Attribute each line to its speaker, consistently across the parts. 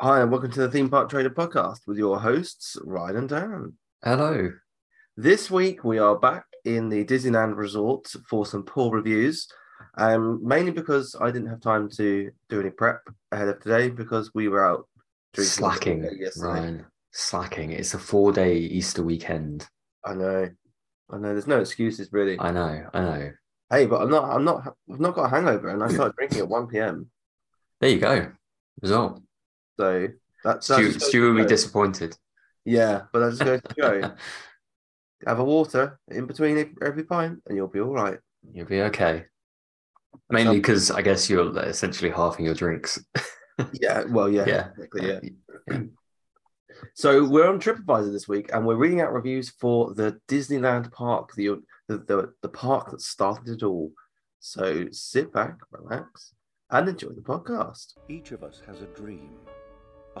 Speaker 1: Hi, and welcome to the Theme Park Trader podcast with your hosts, Ryan and Dan.
Speaker 2: Hello.
Speaker 1: This week, we are back in the Disneyland Resort for some poor reviews, um, mainly because I didn't have time to do any prep ahead of today because we were out drinking
Speaker 2: Slacking,
Speaker 1: yesterday.
Speaker 2: Ryan. Slacking. It's a four day Easter weekend.
Speaker 1: I know. I know there's no excuses really.
Speaker 2: I know. I know.
Speaker 1: Hey, but I'm not I'm not I've not got a hangover and I started drinking at 1 p.m.
Speaker 2: There you go. Result.
Speaker 1: So that's that's
Speaker 2: Stu,
Speaker 1: just-
Speaker 2: Stu will be disappointed.
Speaker 1: Yeah, but that's going to go. Have a water in between e-, every pint and you'll be all right.
Speaker 2: You'll be okay. Mainly because I guess you're essentially halving your drinks. Uh,
Speaker 1: Yeah, well, yeah,
Speaker 2: Yeah.
Speaker 1: exactly, yeah. So we're on TripAdvisor this week, and we're reading out reviews for the Disneyland park, the the the, the park that started it all. So sit back, relax, and enjoy the podcast.
Speaker 3: Each of us has a dream, a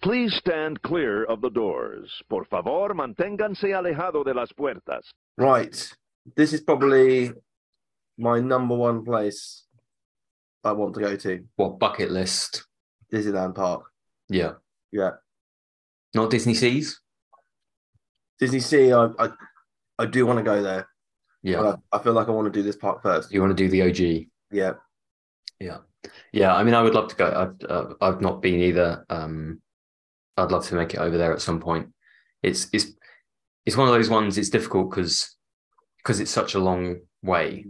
Speaker 4: Please stand clear of the doors. Por favor, manténganse alejado de las puertas.
Speaker 1: Right, this is probably my number one place I want to go to
Speaker 2: what bucket list?
Speaker 1: Disneyland Park.
Speaker 2: Yeah.
Speaker 1: Yeah,
Speaker 2: Not Disney Seas?
Speaker 1: Disney Sea. I I, I do want to go there.
Speaker 2: Yeah.
Speaker 1: but I, I feel like I want to do this park first.
Speaker 2: you want to do the OG?
Speaker 1: Yeah,
Speaker 2: Yeah, I mean, I would love to go. I've uh, I've not been either. Um, I'd love to make it over there at some point. It's it's it's one of those ones. It's difficult because because it's such a long way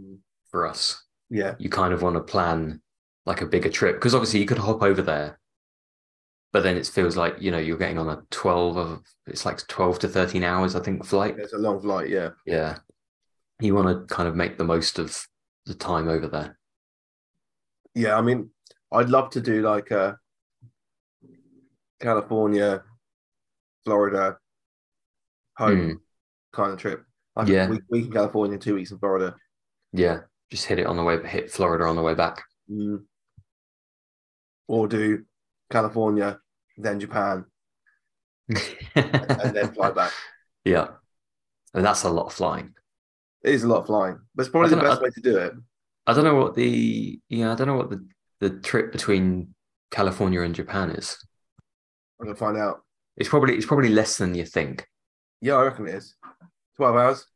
Speaker 2: for us.
Speaker 1: yeah,
Speaker 2: You kind of want to plan like a bigger trip because obviously you could hop over there, but then it feels like you know you're getting on a twelve of it's like twelve to thirteen hours I think flight.
Speaker 1: it's a long flight. Yeah.
Speaker 2: Yeah, you want to kind of make the most of the time over there.
Speaker 1: Yeah, I mean, I'd love to do like a California, Florida, home
Speaker 2: Hmm.
Speaker 1: kind of trip. Like
Speaker 2: Yeah.
Speaker 1: a week, week in California, two weeks in Florida.
Speaker 2: Yeah, just hit it on the way, hit Florida on the way back.
Speaker 1: Mm. Or do California, then Japan, and then fly back.
Speaker 2: Yeah. And that's a lot of flying.
Speaker 1: It is a lot of flying, but it's probably the
Speaker 2: I dunno,
Speaker 1: best
Speaker 2: I-
Speaker 1: way to do it.
Speaker 2: I don't know what the yeah, I don't know what the, the trip between California and Japan is.
Speaker 1: I'm going to find out.
Speaker 2: It's probably it's probably less than you think.
Speaker 1: Yeah, I reckon it is. 12 hours,
Speaker 2: Is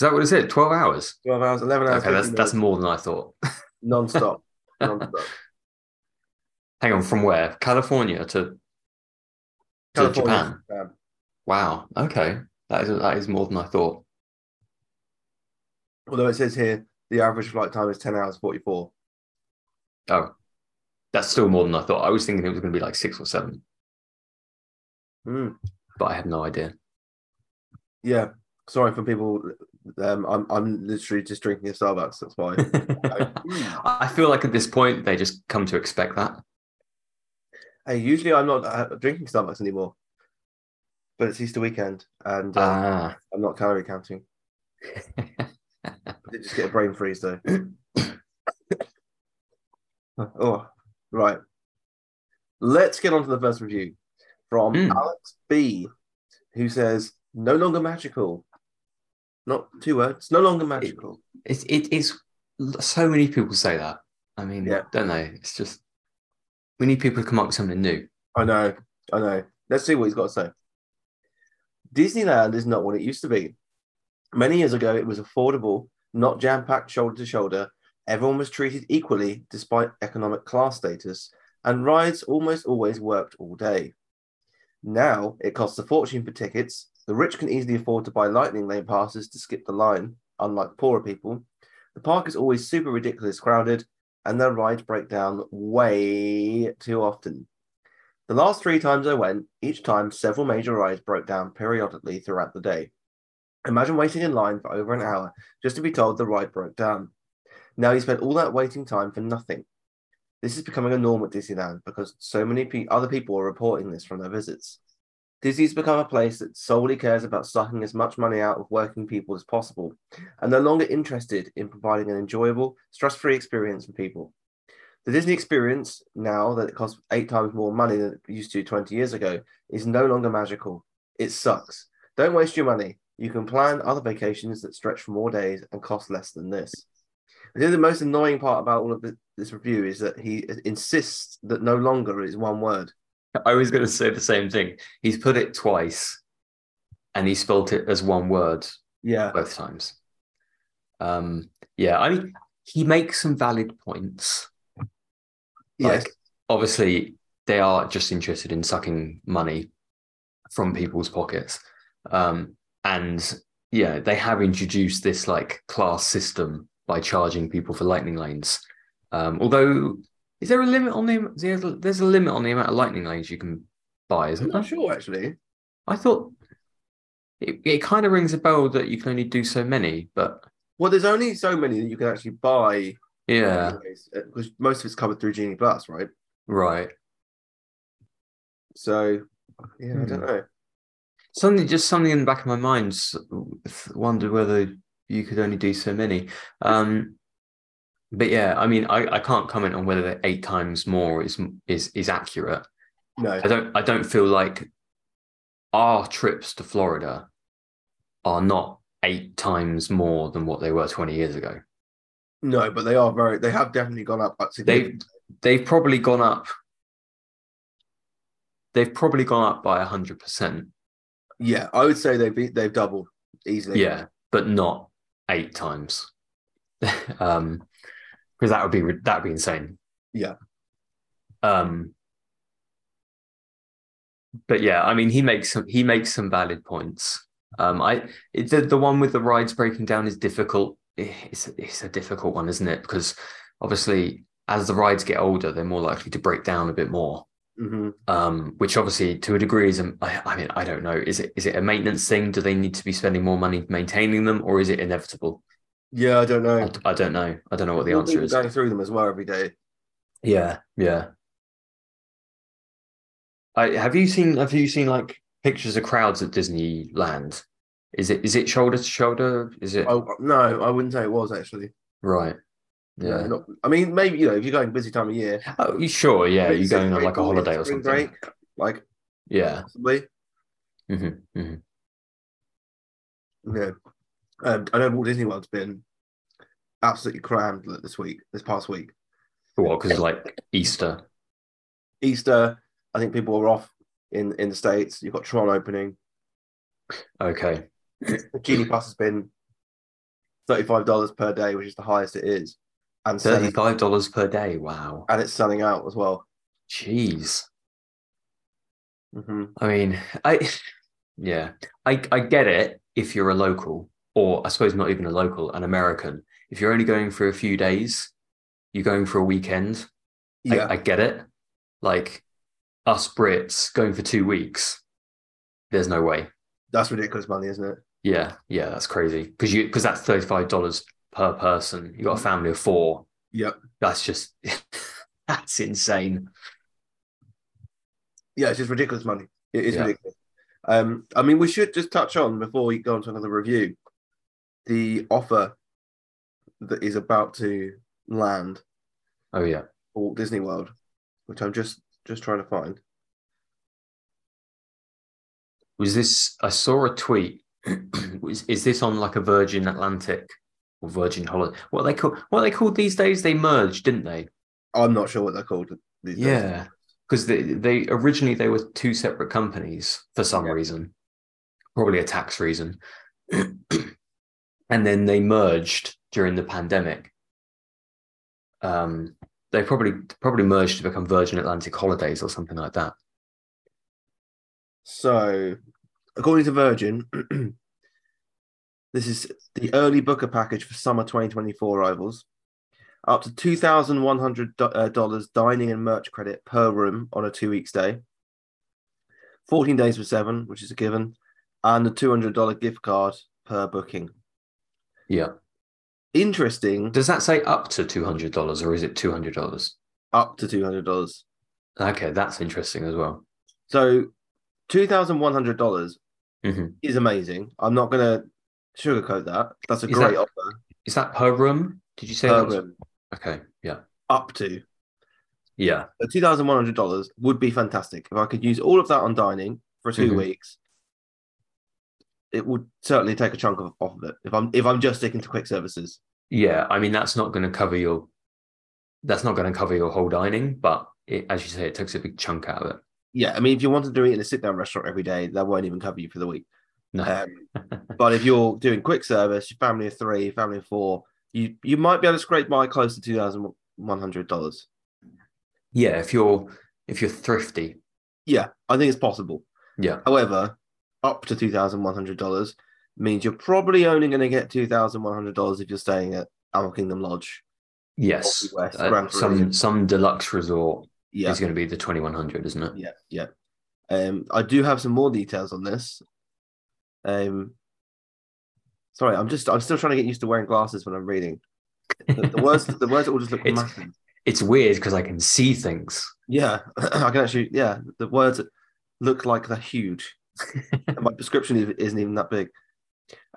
Speaker 2: that what it said? Twelve hours.
Speaker 1: 12 hours, 11 hours,
Speaker 2: Okay, that's
Speaker 1: 15
Speaker 2: that's
Speaker 1: minutes,
Speaker 2: more than I thought.
Speaker 1: non-stop, non-stop.
Speaker 2: Hang on, from where? California to to
Speaker 1: California,
Speaker 2: Japan.
Speaker 1: Japan.
Speaker 2: Wow. Okay. That is that is more than I thought.
Speaker 1: Although it says here, the average flight time is 10 hours 44.
Speaker 2: Oh. That's still more than I thought. I was thinking it was gonna be like six or seven,
Speaker 1: Mm.
Speaker 2: but I have no idea.
Speaker 1: Yeah, sorry for people. Um, I'm I'm literally just drinking a Starbucks. That's why.
Speaker 2: I feel like at this point they just come to expect that.
Speaker 1: hey, usually I'm not uh, drinking Starbucks anymore, but it's Easter weekend and uh,
Speaker 2: Ah.
Speaker 1: I'm not calorie counting. I did just get a brain freeze though. oh, right. Let's get on to the first review from
Speaker 2: Hmm.
Speaker 1: Alex B, who says, "No longer magical." Not two words. No longer magical.
Speaker 2: It's it is so many people say that. I mean,
Speaker 1: Yeah.
Speaker 2: don't they? It's just we need people to come up with something new.
Speaker 1: I know, I know. Let's see what he's got to say. Disneyland is not what it used to be. Many years ago, it was affordable, not jam packed shoulder to shoulder. Everyone was treated equally despite economic class status, and rides almost always worked all day. Now it costs a fortune for tickets. The rich can easily afford to buy lightning lane passes to skip the line, unlike poorer people. The park is always super ridiculous crowded, and their rides break down way too often. The last three times I went, each time several major rides broke down periodically throughout the day. Imagine waiting in line for over an hour just to be told the ride broke down. Now you spend all that waiting time for nothing. This is becoming a norm at Disneyland because so many pe- other people are reporting this from their visits. Disney's become a place that solely cares about sucking as much money out of working people as possible and no longer interested in providing an enjoyable, stress free experience for people. The Disney experience, now that it costs eight times more money than it used to 20 years ago, is no longer magical. It sucks. Don't waste your money. You can plan other vacations that stretch for more days and cost less than this. I think the most annoying part about all of th- this review is that he insists that no longer is one word.
Speaker 2: I was going to say the same thing. He's put it twice, and he spelt it as one word
Speaker 1: Yeah.
Speaker 2: both times. Um, yeah, I mean, he makes some valid points.
Speaker 1: Yes.
Speaker 2: Like, obviously, they are just interested in sucking money from people's pockets. Um, and yeah, they have introduced this like class system by charging people for lightning lanes. Um, although, is there a limit on the there's a- there's a limit on the amount of lightning lanes you can buy,
Speaker 1: I'm
Speaker 2: isn't there?
Speaker 1: not sure actually.
Speaker 2: I thought it, it kind of rings a bell that you can only do so many, but
Speaker 1: Well, there's only so many that you can actually buy.
Speaker 2: yeah,
Speaker 1: Because most of it's covered through Genie Plus, right?
Speaker 2: right.
Speaker 1: So, yeah, I don't
Speaker 2: Hmm.
Speaker 1: know.
Speaker 2: Something just something in the back of my mind s- wondered whether you could only do so many. Um, but yeah, I mean, I, I can't comment on whether the eight times more is is is accurate.
Speaker 1: No.
Speaker 2: I don't I don't feel like our trips to Florida are not eight times more than what they were twenty years ago.
Speaker 1: No, but they are very. They have definitely gone up.
Speaker 2: they've
Speaker 1: significantly.
Speaker 2: they've probably gone up they've probably gone up by 100%
Speaker 1: yeah, I would say they've they've doubled easily.
Speaker 2: yeah but not eight times um because that would be ri- that would be insane
Speaker 1: Yeah.
Speaker 2: um but yeah i mean he makes some he makes some valid points um i it, the, the one with the rides breaking down is difficult Eh, it's it's a difficult one isn't it because obviously as the rides get older they're more likely to break down a bit more
Speaker 1: hmm
Speaker 2: um, which obviously to a degree is, a- I I mean, I don't know. Is it is it a maintenance thing? Do they need to be spending more money maintaining them, or is it inevitable?
Speaker 1: Yeah, I don't
Speaker 2: I,
Speaker 1: know.
Speaker 2: I don't know. I don't know what the answer
Speaker 1: People
Speaker 2: is.
Speaker 1: Going through them as well every day.
Speaker 2: Yeah, yeah. I, have you seen have you seen like pictures of crowds at Disneyland? Is it is it shoulder to shoulder? Is it
Speaker 1: Oh no, I wouldn't say it was actually.
Speaker 2: right?
Speaker 1: No,
Speaker 2: Yeah.
Speaker 1: not- I mean, maybe you know, if you're going busy time of year,
Speaker 2: Oh, you- sure. Yeah,
Speaker 1: maybe
Speaker 2: you're going on
Speaker 1: sixth
Speaker 2: like a
Speaker 1: grade
Speaker 2: holiday or
Speaker 1: spring
Speaker 2: something.
Speaker 1: Break, like
Speaker 2: Yeah.
Speaker 1: possibly.
Speaker 2: hmm hmm
Speaker 1: Yeah. Um, I know Walt Disney World's been absolutely crammed like, this week, this past week.
Speaker 2: Well, because like Easter.
Speaker 1: Easter, I think people were off in in the states. You've got Tron opening.
Speaker 2: Okay.
Speaker 1: Genie Plus has been thirty five dollars per day, which is the highest it is, and
Speaker 2: Thirty
Speaker 1: selling,
Speaker 2: five dollars per day. Wow.
Speaker 1: and it's selling out as well.
Speaker 2: Jeez.
Speaker 1: hmm
Speaker 2: I mean, I yeah, I I get it if you're a local, or I suppose not even a local, an American. If you're only going for a few days, you're going for a weekend. I-
Speaker 1: Yeah,
Speaker 2: I, get it. Like us Brits going for two weeks, there's no way.
Speaker 1: that's ridiculous money, isn't it?
Speaker 2: Yeah, yeah, that's crazy because you because that's thirty five dollars per person. You got a family of four.
Speaker 1: Mm. Yep.
Speaker 2: That's just that's insane.
Speaker 1: Yeah, it's just ridiculous money. It is
Speaker 2: Yeah.
Speaker 1: ridiculous. Um, I mean, we should just touch on before we go on to another review the offer that is about to land
Speaker 2: Oh yeah.
Speaker 1: for Walt Disney World, which I'm just just trying to find.
Speaker 2: was this i saw a tweet is, is this on like a virgin atlantic or virgin holiday what they call what they called these days they merged didn't they
Speaker 1: I'm not sure what they're called. These days.
Speaker 2: yeah because they, they originally they were two separate companies for some
Speaker 1: Yeah.
Speaker 2: reason probably a tax reason and then they merged during the pandemic um they probably probably merged to become virgin atlantic holidays or something like that
Speaker 1: So, according to Virgin, this is the early Booker package for summer 2024 arrivals. Up to $2,100 do- uh, dollars dining and merch credit per room on a two week stay. 14 days for seven, which is a given, and a $200 gift card per booking.
Speaker 2: Yeah.
Speaker 1: Interesting,
Speaker 2: Does that say up to two hundred dollars or is it two hundred dollars?
Speaker 1: up to $200.
Speaker 2: Okay, that's interesting as well.
Speaker 1: So two thousand one hundred dollars
Speaker 2: Mhm.
Speaker 1: is amazing. I'm not gonna sugarcoat that. That's a
Speaker 2: Is
Speaker 1: great
Speaker 2: that
Speaker 1: offer.
Speaker 2: Is that per room? Did you say
Speaker 1: Per
Speaker 2: that was-
Speaker 1: room,
Speaker 2: Okay. Yeah.
Speaker 1: up to
Speaker 2: Yeah.
Speaker 1: two thousand one hundred dollars would be fantastic if I could use all of that on dining for 2
Speaker 2: Mhm.
Speaker 1: weeks. It would certainly take a chunk of, off of it if I'm if I'm just sticking to quick services.
Speaker 2: Yeah. I mean, that's not going to cover your. That's not going to cover your whole dining, but it, as you say, it takes a big chunk out of it.
Speaker 1: Yeah, I mean, if you wanted to eat in a sit down restaurant every day, that won't even cover you for the week.
Speaker 2: No.
Speaker 1: Um, but if you're doing quick service, your family of three, family of four, you you might be able to scrape by close to two thousand one hundred dollars.
Speaker 2: yeah. If you're if you're thrifty.
Speaker 1: Yeah, I think it's possible.
Speaker 2: Yeah.
Speaker 1: However, up to two thousand one hundred dollars means you're probably only going to get two thousand one hundred dollars if you're staying at Animal Kingdom Lodge.
Speaker 2: Yes.
Speaker 1: West,
Speaker 2: Uh,
Speaker 1: Grand
Speaker 2: some
Speaker 1: Floridian.
Speaker 2: some deluxe resort
Speaker 1: Yeah,
Speaker 2: is going to be the twenty one hundred, isn't it?
Speaker 1: yeah, yeah. Um, I do have some more details on this. Um, sorry, I'm just I'm still trying to get used to wearing glasses when I'm reading. The, the words the words all just look
Speaker 2: It's-
Speaker 1: massive.
Speaker 2: It's weird because I can see things.
Speaker 1: Yeah, I can actually. Yeah, the words look like they're huge. And My prescription i- isn't even that big.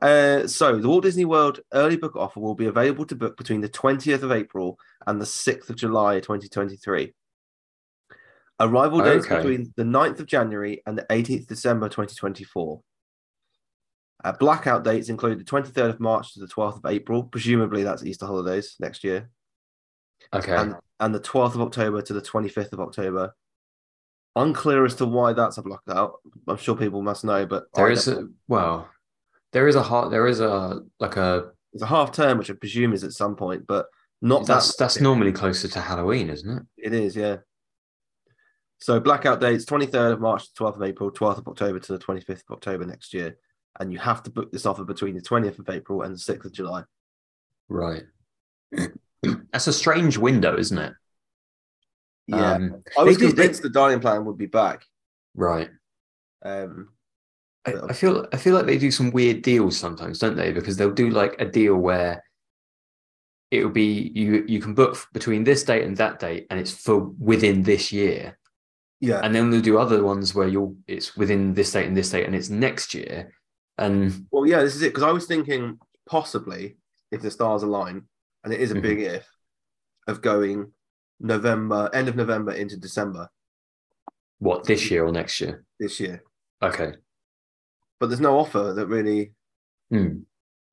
Speaker 1: Uh, so the Walt Disney World early book offer will be available to book between the 20th of April and the 6th of July 2023. Arrival dates
Speaker 2: Okay.
Speaker 1: between the 9th of January and the 18th December 2024. Uh, blackout dates include the 23rd of March to the 12th of April. Presumably that's Easter holidays next year
Speaker 2: Okay.
Speaker 1: and and the 12th of October to the 25th of October. Unclear as to why that's a blackout. I'm sure people must know, but
Speaker 2: there
Speaker 1: I
Speaker 2: is
Speaker 1: don't.
Speaker 2: a well, there is a hot there is a like a
Speaker 1: it's a half term, which I presume is at some point, but not
Speaker 2: that's
Speaker 1: that
Speaker 2: that's normally closer to Halloween, isn't it?
Speaker 1: it is, yeah. So blackout dates 23rd of March to 12th of April, 12th of October to the 25th of October next year. And you have to book this offer between the 20th of April and the 6th of July.
Speaker 2: Um, Right. that's a strange window, isn't it? Um,
Speaker 1: I was
Speaker 2: they do- they-
Speaker 1: convinced the dining plan would be back.
Speaker 2: right.
Speaker 1: Um,
Speaker 2: I,
Speaker 1: Well-
Speaker 2: I feel I feel like they do some weird deals sometimes, don't they? Because they'll do like a deal where it'll be you you can book between this date and that date, and it's for within this year.
Speaker 1: yeah.
Speaker 2: And then they'll do other ones where you'll it's within this date and this date, and it's next year. And
Speaker 1: Well, yeah, this is it because I was thinking possibly if the stars align, and it is a
Speaker 2: Mhm.
Speaker 1: big if, of going November, end of November into December
Speaker 2: what this year or next year?
Speaker 1: this year.
Speaker 2: Okay.
Speaker 1: But there's no offer that really
Speaker 2: Hmm.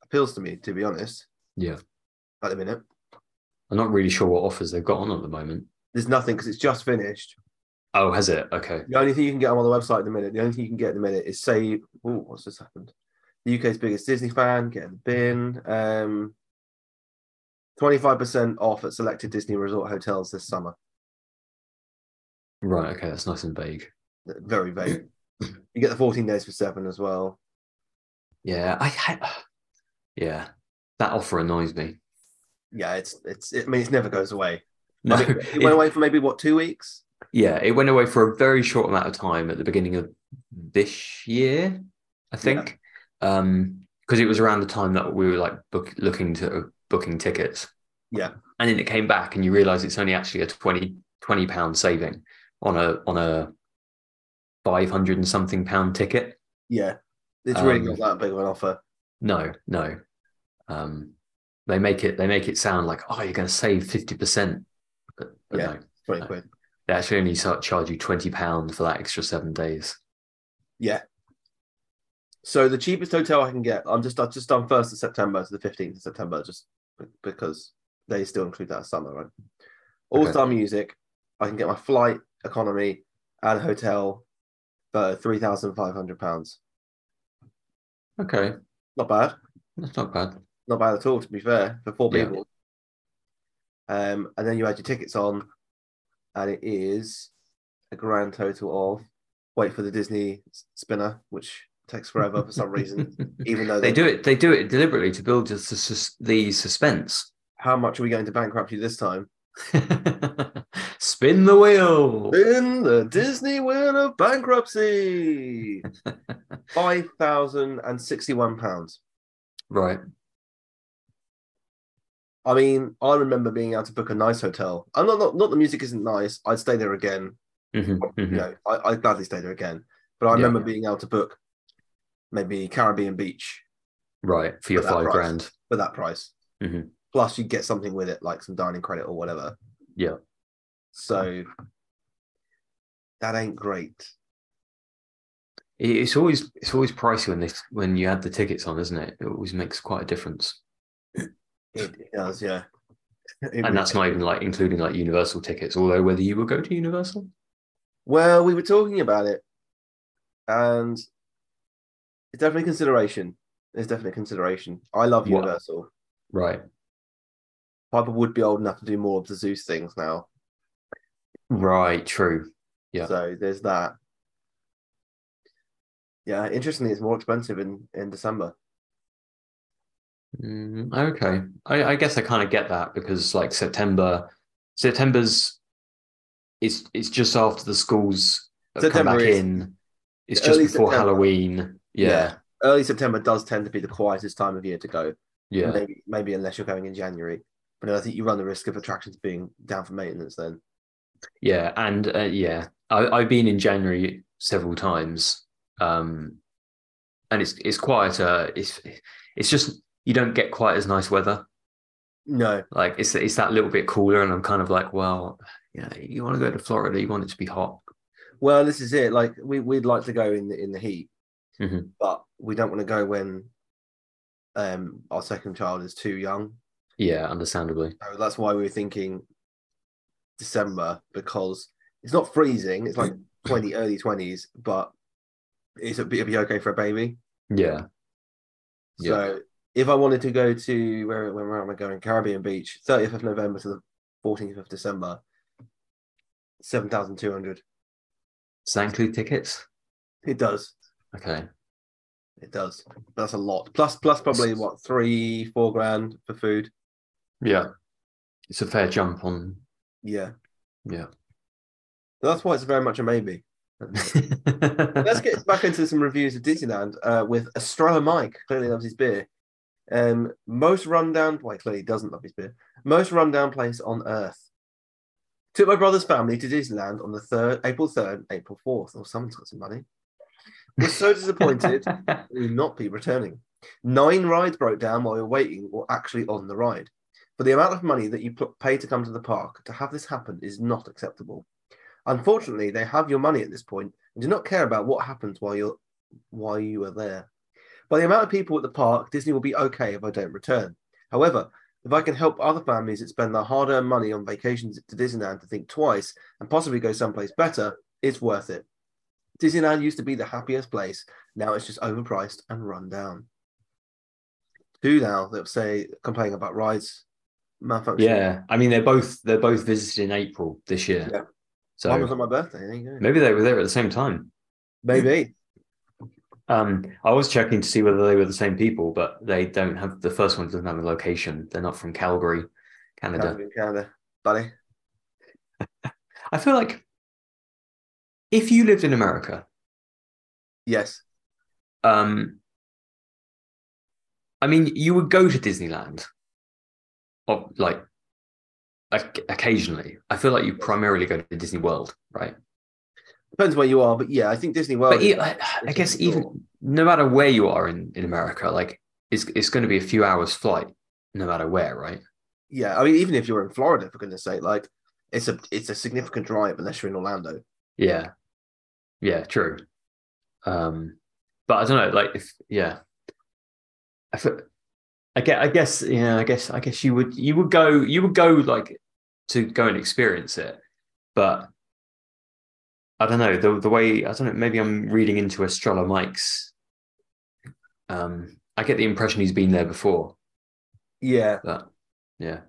Speaker 1: appeals to me, to be honest.
Speaker 2: Yeah.
Speaker 1: At the minute,
Speaker 2: I'm not really sure what offers they've got on at the moment.
Speaker 1: there's nothing because it's just finished.
Speaker 2: Oh, has it? Okay.
Speaker 1: The only thing you can get on the website at the minute, the only thing you can get at the minute is say, oh, what's just happened? The UK's biggest Disney fan, get in the bin. Um, 25% off at selected Disney resort hotels this summer.
Speaker 2: Right. Okay. That's nice and vague.
Speaker 1: very vague. you get the 14 days for seven as well.
Speaker 2: Yeah. I. ha yeah. That offer annoys me.
Speaker 1: Yeah, it's it's. It, I mean, it never goes away.
Speaker 2: No.
Speaker 1: I think it went
Speaker 2: it-
Speaker 1: away for maybe what two weeks.
Speaker 2: yeah. It went away for a very short amount of time at the beginning of this year, I think. Um, because it was around the time that we were like book, looking to booking tickets.
Speaker 1: Yeah.
Speaker 2: And then it came back, and you realise it's only actually a 20 20 pound saving on a on a five hundred and something pound ticket.
Speaker 1: Yeah, it's really
Speaker 2: Um,
Speaker 1: not that big of an offer.
Speaker 2: No, no. Um, they make it they make it sound like oh you're going to save fifty percent, but, but
Speaker 1: Yeah.
Speaker 2: no,
Speaker 1: Twenty
Speaker 2: no.
Speaker 1: quid.
Speaker 2: they actually only start charge you twenty pound for that extra seven days.
Speaker 1: So the cheapest hotel I can get, I'm just I've just done first of September to the 15th of September, just be- because they still include that as summer, right? All Star Music, I can get my flight, economy, and hotel for three thousand five hundred pounds.
Speaker 2: Okay,
Speaker 1: Not bad.
Speaker 2: that's not bad.
Speaker 1: not bad at all to be fair for four
Speaker 2: Yeah.
Speaker 1: people um and then you add your tickets on and it is a grand total of wait for the Disney s- spinner, which takes forever for some reason. Even though
Speaker 2: they
Speaker 1: they're-
Speaker 2: do it. They do it deliberately to build just the, sus- the suspense.
Speaker 1: How much are we going to bankrupt you this time?
Speaker 2: Spin the wheel.
Speaker 1: In the Disney wheel of bankruptcy, five thousand and sixty-one pounds.
Speaker 2: Right.
Speaker 1: I mean, I remember being able to book a nice hotel. I'm not not, not the music isn't nice. I'd stay there again.
Speaker 2: Mhm,
Speaker 1: you
Speaker 2: mhm.
Speaker 1: know, I, I'd gladly stay there again. But I
Speaker 2: Yeah.
Speaker 1: remember being able to book maybe Caribbean Beach
Speaker 2: Right. For your
Speaker 1: For that
Speaker 2: five
Speaker 1: price.
Speaker 2: grand.
Speaker 1: for that price.
Speaker 2: Mhm.
Speaker 1: Plus, you get something with it, like some dining credit or whatever.
Speaker 2: Yeah.
Speaker 1: So that ain't great.
Speaker 2: It- It's always it's always pricey when this when you add the tickets on, isn't it? It always makes quite a difference.
Speaker 1: It does, yeah. It
Speaker 2: And
Speaker 1: really-
Speaker 2: that's not even like including like Universal tickets, although whether you will go to Universal.
Speaker 1: well, we were talking about it, and it's definitely a consideration. It's definitely a consideration. I love
Speaker 2: What?
Speaker 1: Universal.
Speaker 2: Right.
Speaker 1: Piper would be old enough to do more of the Zeus things now.
Speaker 2: Right, true. Yeah.
Speaker 1: So there's that. Yeah, interestingly, it's more expensive in, in December.
Speaker 2: Mm, okay. I, I guess I kind of get that because like September September's it's it's just after the schools have come
Speaker 1: September
Speaker 2: back
Speaker 1: is-
Speaker 2: in. It's
Speaker 1: Yeah,
Speaker 2: just
Speaker 1: early
Speaker 2: before
Speaker 1: September.
Speaker 2: Halloween. Yeah.
Speaker 1: Early September does tend to be the quietest time of year to go.
Speaker 2: Yeah.
Speaker 1: Maybe, maybe unless you're going in January. But then I think you run the risk of attractions being down for maintenance then.
Speaker 2: Yeah, and uh, yeah, I, I've been in January several times, um, and it's it's quieter. It's it's just you don't get quite as nice weather.
Speaker 1: No,
Speaker 2: Like it's it's that little bit cooler, and I'm kind of like, well, you know, you want to go to Florida, you want it to be hot.
Speaker 1: well, this is it. Like we we'd like to go in the in the heat,
Speaker 2: Mhm.
Speaker 1: but we don't want to go when um our second child is too young.
Speaker 2: Yeah, understandably.
Speaker 1: So Oh, that's why we were thinking December because it's not freezing. It's like twenty early twenties, but it's it'd be, it'd be okay for a baby.
Speaker 2: Yeah, Yeah.
Speaker 1: So if I wanted to go to where where, where am I going? Caribbean Beach, thirtieth of November to the fourteenth of December, seven thousand two hundred.
Speaker 2: does that include tickets?
Speaker 1: It does.
Speaker 2: Okay,
Speaker 1: It does. That's a lot. Plus, plus probably what three, four grand for food.
Speaker 2: yeah, it's a fair jump on.
Speaker 1: Yeah,
Speaker 2: Yeah,
Speaker 1: So that's why it's very much a maybe. Let's get back into some reviews of Disneyland uh, with Estrella Mike. Clearly loves his beer. Um, most rundown. Well, clearly he doesn't love his beer. Most rundown place on earth. Took my brother's family to Disneyland on the third, April third, April fourth. Or someone's got some money. Was so disappointed will not be returning. Nine rides broke down while we were waiting or actually on the ride. For the amount of money that you pl- pay to come to the park, to have this happen is not acceptable. Unfortunately, they have your money at this point and do not care about what happens while you're while you are there. By the amount of people at the park, Disney will be okay if I don't return. However, if I can help other families that spend their hard-earned money on vacations to Disneyland to think twice and possibly go someplace better, it's worth it. Disneyland used to be the happiest place now it's just overpriced and run down. Who now that say complain about rides malfunction?
Speaker 2: yeah, I mean they're both they're both visited in April this year,
Speaker 1: Yeah.
Speaker 2: so
Speaker 1: mine was on my birthday. There you go.
Speaker 2: Maybe they were there at the same time.
Speaker 1: Maybe.
Speaker 2: Um, I was checking to see whether they were the same people, but they don't have the first one doesn't have a location. They're not from Calgary, Canada.
Speaker 1: Canada. Canada, buddy.
Speaker 2: I feel like if you lived in America,
Speaker 1: Yes.
Speaker 2: um, I mean, you would go to Disneyland, or like oc- occasionally. I feel like you primarily go to Disney World, right?
Speaker 1: Depends where you are, but Oh, yeah, I think Disney World.
Speaker 2: but
Speaker 1: is-
Speaker 2: e- I, I
Speaker 1: it's
Speaker 2: guess
Speaker 1: pretty
Speaker 2: even
Speaker 1: cool.
Speaker 2: no matter where you are in, in America, like it's it's going to be a few hours flight, no matter where, right?
Speaker 1: yeah, I mean, even if you're in Florida, for goodness sake, like it's a it's a significant drive unless you're in Orlando.
Speaker 2: Yeah, yeah, true. Um, but I don't know, like if yeah, I feel, I get, I guess, yeah, I guess, I guess you would you would go you would go like to go and experience it, but I don't know the the way I don't know maybe I'm reading into Estrella Mike's. Um, I get the impression he's been there before.
Speaker 1: Yeah,
Speaker 2: But yeah.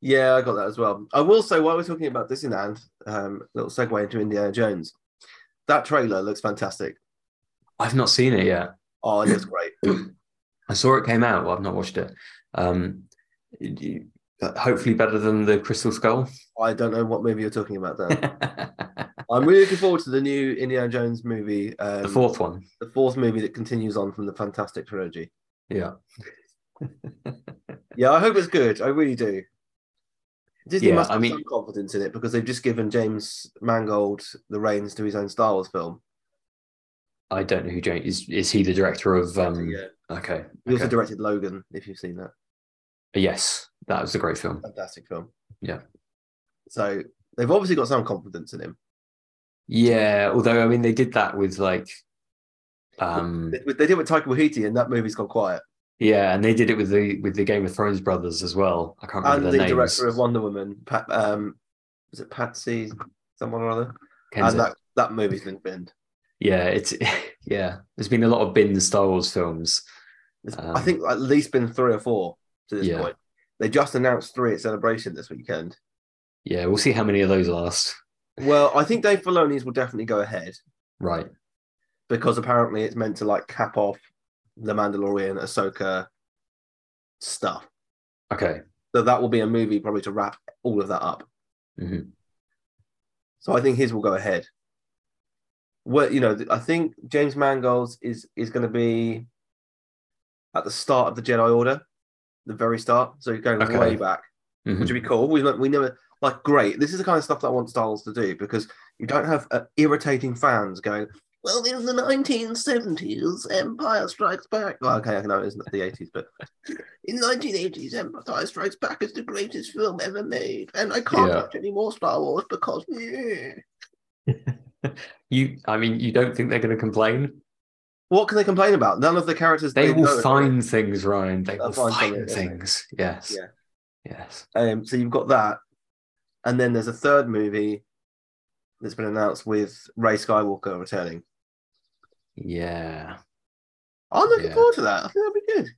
Speaker 1: Yeah, I got that as well. I will say, while we're talking about Disneyland, um, little segue into Indiana Jones. That trailer looks fantastic.
Speaker 2: I've not seen it yet.
Speaker 1: Oh, it looks great.
Speaker 2: I saw it came out. Well, I've not watched it. Um, you- hopefully better than the Crystal Skull.
Speaker 1: I don't know what movie you're talking about,
Speaker 2: Um,
Speaker 1: Dan.
Speaker 2: the
Speaker 1: I'm really looking forward to the new Indiana Jones movie, um, the, fourth.
Speaker 2: fourth one.
Speaker 1: movie that continues on from the Fantastic Trilogy.
Speaker 2: Yeah.
Speaker 1: Yeah, I hope it's good. I really do. Disney
Speaker 2: Yeah,
Speaker 1: must
Speaker 2: I
Speaker 1: have
Speaker 2: mean-
Speaker 1: some confidence in it because they've just given James Mangold the reins to his own Star Wars film.
Speaker 2: I don't know who James is. Is he the director of? Um,
Speaker 1: yeah.
Speaker 2: Okay.
Speaker 1: He also
Speaker 2: okay.
Speaker 1: directed Logan, if you've seen that.
Speaker 2: yes, that was a great film.
Speaker 1: Fantastic film.
Speaker 2: Yeah.
Speaker 1: So they've obviously got some confidence in him.
Speaker 2: Yeah, although I mean they did that with like, um,
Speaker 1: They, they did it with Taika Waititi, and that movie's gone quiet.
Speaker 2: yeah, and they did it with the with the Game of Thrones brothers as well. I
Speaker 1: And
Speaker 2: can't remember
Speaker 1: the
Speaker 2: their names.
Speaker 1: director of Wonder Woman, Pat, um, was it Patsy, someone or other?
Speaker 2: Kenzo.
Speaker 1: And that, that movie's been binned.
Speaker 2: Yeah, it's yeah. There's been a lot of bin Star Wars films.
Speaker 1: It's- I
Speaker 2: Um,
Speaker 1: think at least been three or four to this
Speaker 2: Yeah.
Speaker 1: point. They just announced three at Celebration this weekend.
Speaker 2: Yeah, we'll see how many of those last.
Speaker 1: Well, I think Dave Filoni's will definitely go ahead
Speaker 2: Right.
Speaker 1: because apparently it's meant to like cap off the Mandalorian, Ahsoka stuff.
Speaker 2: Okay.
Speaker 1: So that will be a movie probably to wrap all of that up.
Speaker 2: Mhm.
Speaker 1: So I think his will go ahead. Well, you know, th- I think James Mangold's is is going to be at the start of the Jedi Order, the very start. So you're going
Speaker 2: Okay.
Speaker 1: way back,
Speaker 2: Mhm.
Speaker 1: which would be cool. We ne- we never like great. This is the kind of stuff that I want Star Wars to do because you don't have uh, irritating fans going. Well, in the 1970s, Empire Strikes Back. Well, okay, I know it's not the 80s, but in the 1980s, Empire Strikes Back is the greatest film ever made, and I can't
Speaker 2: Yeah.
Speaker 1: watch any more Star Wars because. yeah."
Speaker 2: You, I mean, you don't think they're going to complain?
Speaker 1: What can they complain about? None of the characters
Speaker 2: They
Speaker 1: know.
Speaker 2: will find things, Ryan. They
Speaker 1: They'll
Speaker 2: will
Speaker 1: find
Speaker 2: find,
Speaker 1: something, won't they?
Speaker 2: things. Yes.
Speaker 1: Yeah.
Speaker 2: Yes.
Speaker 1: Um, so you've got that, and then there's a third movie that's been announced with Ray Skywalker returning.
Speaker 2: Yeah.
Speaker 1: I'm looking
Speaker 2: Yeah.
Speaker 1: forward to that. I think that'd be good.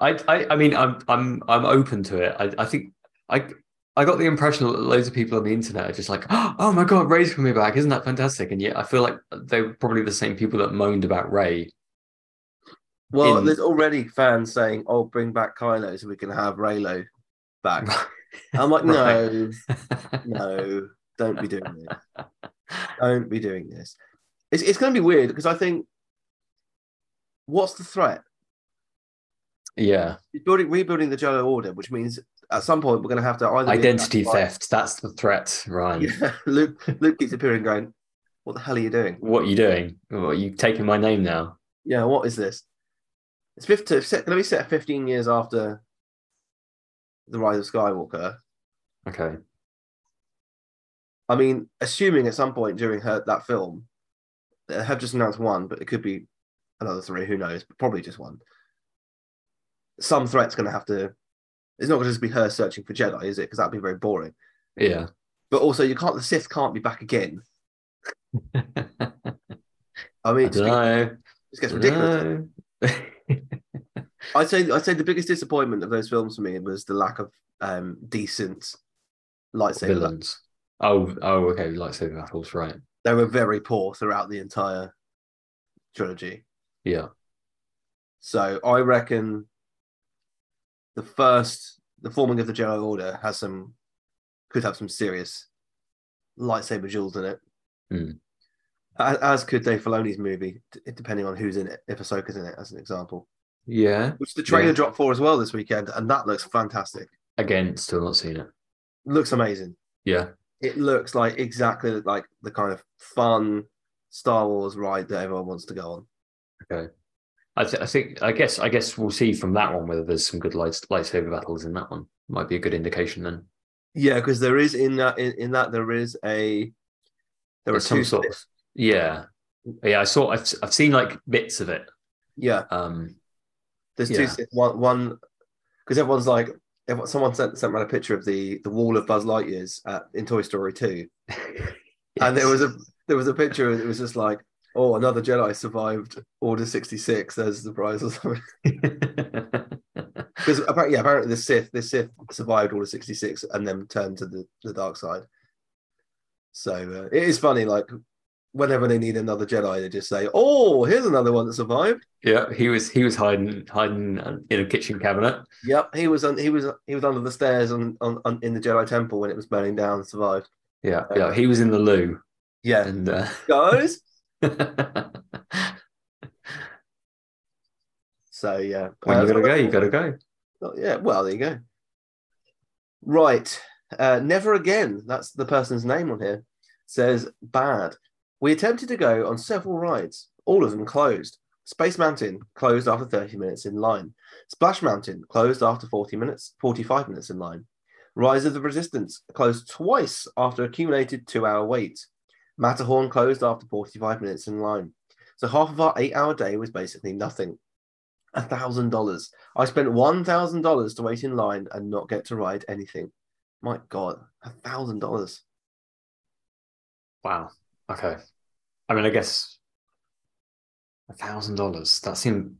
Speaker 2: I, I, I mean, I'm, I'm, I'm open to it. I, I think I, I got the impression that loads of people on the internet are just like, oh my god, Ray's coming back! Isn't that fantastic? And yet, I feel like they were probably the same people that moaned about Ray.
Speaker 1: Well,
Speaker 2: In-
Speaker 1: there's already fans saying, "Oh, bring back Kylo so we can have Raylo back." I'm like, no, no, don't be doing this. Don't be doing this. It's it's going to be weird because I think, what's the threat?
Speaker 2: yeah,
Speaker 1: He's building rebuilding the Jedi Order, which means at some point we're going to have to either be
Speaker 2: identity
Speaker 1: attacked by-
Speaker 2: theft. That's the threat, Ryan.
Speaker 1: Yeah, Luke Luke keeps appearing, going, "What the hell are you doing?
Speaker 2: What are you doing? What, are you taking my name now?
Speaker 1: Yeah, what is this?" It's fifty. It's going to be set 15 years after the Rise of Skywalker.
Speaker 2: Okay.
Speaker 1: I mean, assuming at some point during her that film, they have just announced one, but it could be another three. Who knows? But probably just one. Some threat's going to have to. It's not going to just be her searching for Jedi, is it? Because that'd be very boring.
Speaker 2: Yeah.
Speaker 1: But also, you can't. The Sith can't be back again. I mean,
Speaker 2: I
Speaker 1: it just, gets,
Speaker 2: dunno,
Speaker 1: it just gets ridiculous.
Speaker 2: dunno.
Speaker 1: I'd say I'd say the biggest disappointment of those films for me was the lack of um, decent lightsaber. battles.
Speaker 2: Villains. Oh, oh, okay. Lightsaber battles, right?
Speaker 1: They were very poor throughout the entire trilogy.
Speaker 2: Yeah.
Speaker 1: So I reckon the first, the forming of the Jedi Order has some, could have some serious lightsaber duels in it.
Speaker 2: Hmm.
Speaker 1: A- As could Dave Filoni's movie, d- depending on who's in it, if Ahsoka's in it, as an example.
Speaker 2: Yeah.
Speaker 1: Which the trailer
Speaker 2: Yeah.
Speaker 1: dropped for as well this weekend, and that looks fantastic.
Speaker 2: Again, still not seen it.
Speaker 1: Looks amazing.
Speaker 2: Yeah.
Speaker 1: It looks like exactly like the kind of fun Star Wars ride that everyone wants to go on.
Speaker 2: I, th- I think. I guess. I guess we'll see from that one whether there's some good lights, lightsaber battles in that one. Might be a good indication then.
Speaker 1: Yeah, because there is in that in, in that there is a there are
Speaker 2: There's some
Speaker 1: two
Speaker 2: sort of. Yeah. Yeah. I saw. I've, I've seen like bits of it.
Speaker 1: yeah
Speaker 2: Um.
Speaker 1: There's two
Speaker 2: Yeah.
Speaker 1: Sith- one one because everyone's like everyone, someone sent sent me a picture of the the wall of Buzz Lightyear's at, in Toy Story two, and there was a there was a picture and it was just like oh another Jedi survived Order sixty six there's the prize or something because apparently yeah, apparently the Sith the Sith survived Order sixty six and then turned to the the dark side, So uh, it is funny, like whenever they need another Jedi, they just say, "Oh, here's another one that survived."
Speaker 2: Yeah, he was he was hiding hiding um, in a kitchen cabinet.
Speaker 1: Yep, he was on, he was he was under the stairs on, on, on in the Jedi Temple when it was burning down. and Survived.
Speaker 2: Yeah, yeah, he was in the loo
Speaker 1: Yeah,
Speaker 2: and uh,
Speaker 1: guys. Uh, So yeah,
Speaker 2: when
Speaker 1: Uh,
Speaker 2: you gotta go, you gotta go.
Speaker 1: Oh, yeah, well, there you go. Right. Uh, Never Again, that's the person's name on here, says bad. We attempted to go on several rides, all of them closed. Space Mountain closed after 30 minutes in line. Splash Mountain closed after 40 minutes, 45 minutes in line. Rise of the Resistance closed twice after accumulated two hour wait. Matterhorn closed after 45 minutes in line. So half of our eight hour day was basically nothing. A thousand dollars. I spent one thousand dollars to wait in line and not get to ride anything. My God, a thousand dollars.
Speaker 2: Wow. Okay. I mean, I guess a thousand dollars. That seem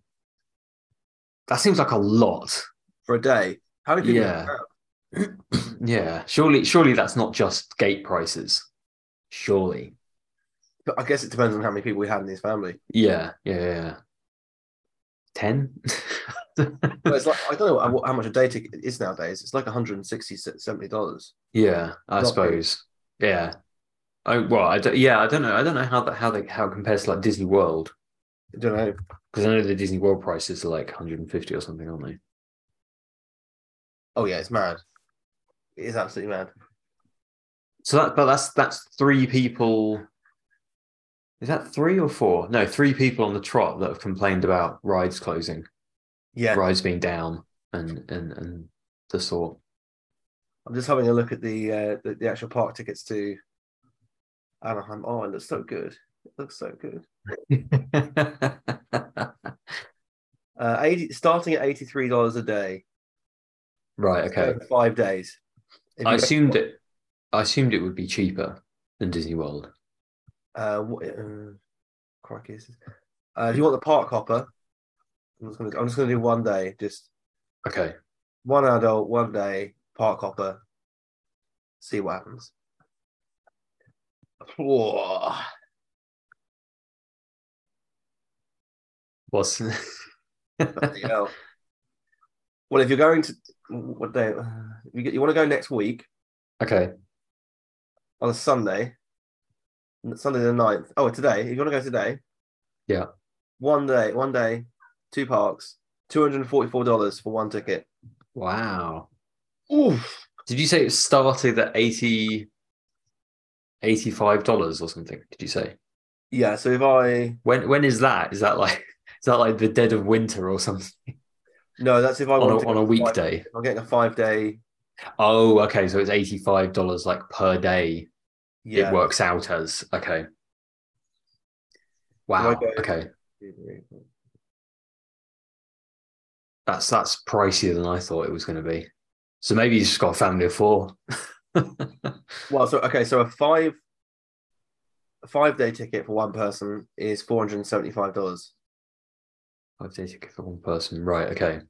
Speaker 2: that seems like a lot.
Speaker 1: for a day. How did you
Speaker 2: Yeah. yeah. Surely, surely that's not just gate prices. Surely.
Speaker 1: But I guess it depends on how many people we had in his family.
Speaker 2: Yeah. Yeah. yeah, yeah. Ten.
Speaker 1: But it's like I don't know what- what- how much a day ticket is nowadays. It's like 160 70 dollars.
Speaker 2: yeah, I
Speaker 1: Not very-
Speaker 2: suppose. Yeah. I well, I don't, yeah, I don't know. I don't know how that how they how it compares to like Disney World
Speaker 1: I don't know.
Speaker 2: because I know the Disney World prices are like 150 or something, aren't they?
Speaker 1: Oh yeah, it's mad. It is absolutely mad.
Speaker 2: So that, but that's that's three people. Is that three or four? No, three people on the trot that have complained about rides closing,
Speaker 1: Yeah.
Speaker 2: rides being down, and and and the sort.
Speaker 1: I'm just having a look at the, uh, the the actual park tickets to Anaheim. Oh, it looks so good. It looks so good. Uh, 80, starting at eighty three dollars a day.
Speaker 2: right. Okay.
Speaker 1: for Five days. If
Speaker 2: I
Speaker 1: you go-
Speaker 2: assumed it. I assumed it would be cheaper than Disney World.
Speaker 1: Uh, what, uh, crikey, this is- uh, if you want the park hopper, I'm just gonna I'm just gonna do one day, just
Speaker 2: Okay.
Speaker 1: one adult, one day park hopper. See what happens. Whoa.
Speaker 2: What's
Speaker 1: Bloody hell. Well, if you're going to what day? uh, You, get- you want to go next week
Speaker 2: okay?
Speaker 1: on a Sunday, n- Sunday the 9th. Oh, today. If you want to go today,
Speaker 2: Yeah.
Speaker 1: one day, one day, two parks, two hundred and forty-four dollars for one ticket.
Speaker 2: Wow.
Speaker 1: Oof.
Speaker 2: Did you say it started at 80 $85 or something? Did you say?
Speaker 1: Yeah, so if I
Speaker 2: When when is that? Is that like is that like the dead of winter or something
Speaker 1: no, that's if I
Speaker 2: on
Speaker 1: want
Speaker 2: a,
Speaker 1: to
Speaker 2: on
Speaker 1: go
Speaker 2: a
Speaker 1: five-
Speaker 2: weekday?
Speaker 1: I'm getting a five day.
Speaker 2: Oh, okay. So it's eighty five dollars like per day.
Speaker 1: Yeah,
Speaker 2: It works out as okay. Wow.
Speaker 1: go-
Speaker 2: Okay, that's that's pricier than I thought it was going to be. So maybe you just got a family of four.
Speaker 1: Well, so okay, so a five a five day ticket for one person is four hundred and seventy five dollars.
Speaker 2: Five days ticket for one person, right? Okay,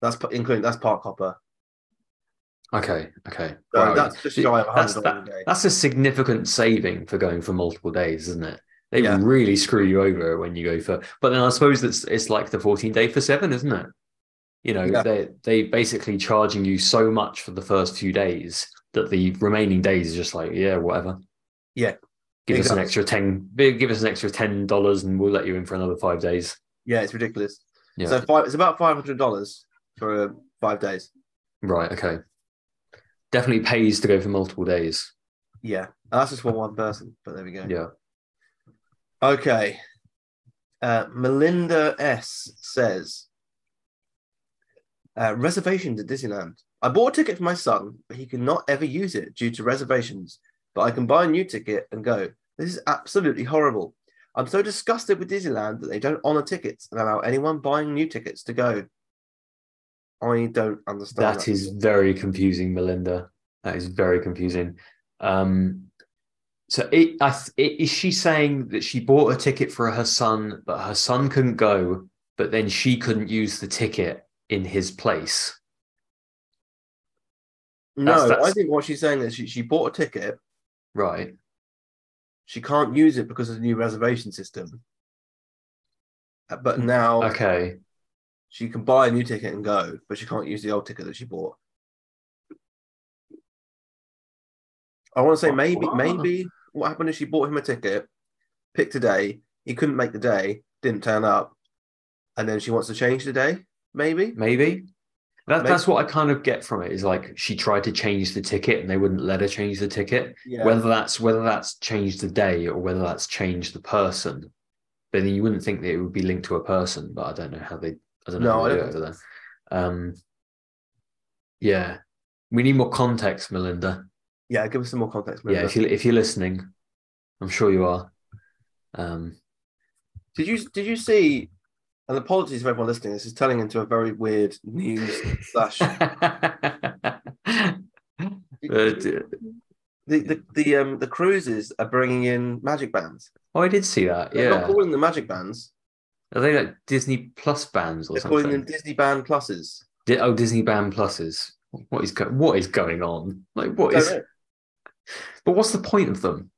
Speaker 1: That's p- including that's park hopper.
Speaker 2: okay, okay.
Speaker 1: So
Speaker 2: Wow.
Speaker 1: that's just shy of a hundred
Speaker 2: That's
Speaker 1: dollars a
Speaker 2: that,
Speaker 1: day.
Speaker 2: that's a significant saving for going for multiple days, isn't it? They
Speaker 1: Yeah.
Speaker 2: really screw you over when you go for. But then I suppose that's it's like the 14 day for seven, isn't it? You know,
Speaker 1: Yeah.
Speaker 2: they they basically charging you so much for the first few days that the remaining days is just like, yeah, whatever.
Speaker 1: Yeah.
Speaker 2: Give us an
Speaker 1: Exactly.
Speaker 2: extra ten. Give us an extra ten dollars, and we'll let you in for another five days.
Speaker 1: Yeah, it's ridiculous.
Speaker 2: Yeah.
Speaker 1: So five, it's about five hundred dollars for uh, five days.
Speaker 2: Right. Okay. Definitely pays to go for multiple days.
Speaker 1: Yeah, that's just for one person. But there we go.
Speaker 2: Yeah.
Speaker 1: Okay. Uh, Melinda S says uh, reservations at Disneyland. I bought a ticket for my son, but he cannot ever use it due to reservations. But I can buy a new ticket and go. This is absolutely horrible. I'm so disgusted with Disneyland that they don't honor tickets and allow anyone buying new tickets to go. I don't understand.
Speaker 2: That is very confusing, Melinda. That is very confusing. Um, so it, I, th- it, is she saying that she bought a ticket for her son, but her son couldn't go, but then she couldn't use the ticket in his place?
Speaker 1: No,
Speaker 2: That's- that's-
Speaker 1: I think what she's saying is she, she bought a ticket.
Speaker 2: Right.
Speaker 1: She can't use it because of the new reservation system. Uh, But now
Speaker 2: Hmm. Okay.
Speaker 1: she can buy a new ticket and go, but she can't use the old ticket that she bought. I want to say
Speaker 2: Wha-
Speaker 1: maybe
Speaker 2: what?
Speaker 1: maybe what happened is she bought him a ticket, picked a day, he couldn't make the day, didn't turn up, and then she wants to change the day. Maybe
Speaker 2: Maybe. That,
Speaker 1: Maybe.
Speaker 2: That's what I kind of get from it is like she tried to change the ticket and they wouldn't let her change the ticket.
Speaker 1: yeah.
Speaker 2: Whether that's whether that's changed the day or whether that's changed the person, but then you wouldn't think that it would be linked to a person. But I don't know how they. I don't know
Speaker 1: No,
Speaker 2: how
Speaker 1: I
Speaker 2: they do
Speaker 1: don't
Speaker 2: it over there. Um. Yeah, we need more context, Melinda.
Speaker 1: yeah, give us some more context.
Speaker 2: Yeah,
Speaker 1: Melinda.
Speaker 2: if you if you're listening, I'm sure you are. Um.
Speaker 1: Did you did you see? And apologies for everyone listening. This is turning into a very weird news slash
Speaker 2: Oh, Uh, d-
Speaker 1: the, the the um the cruises are bringing in magic bands.
Speaker 2: oh, I did see that.
Speaker 1: They're
Speaker 2: Yeah,
Speaker 1: not calling them magic bands.
Speaker 2: are they like Disney Plus bands or
Speaker 1: They're calling them
Speaker 2: something?
Speaker 1: Disney band pluses.
Speaker 2: Di- oh, Disney Band Pluses. What is go- what is going on? Like, what is?
Speaker 1: Don't know.
Speaker 2: But what's the point of them?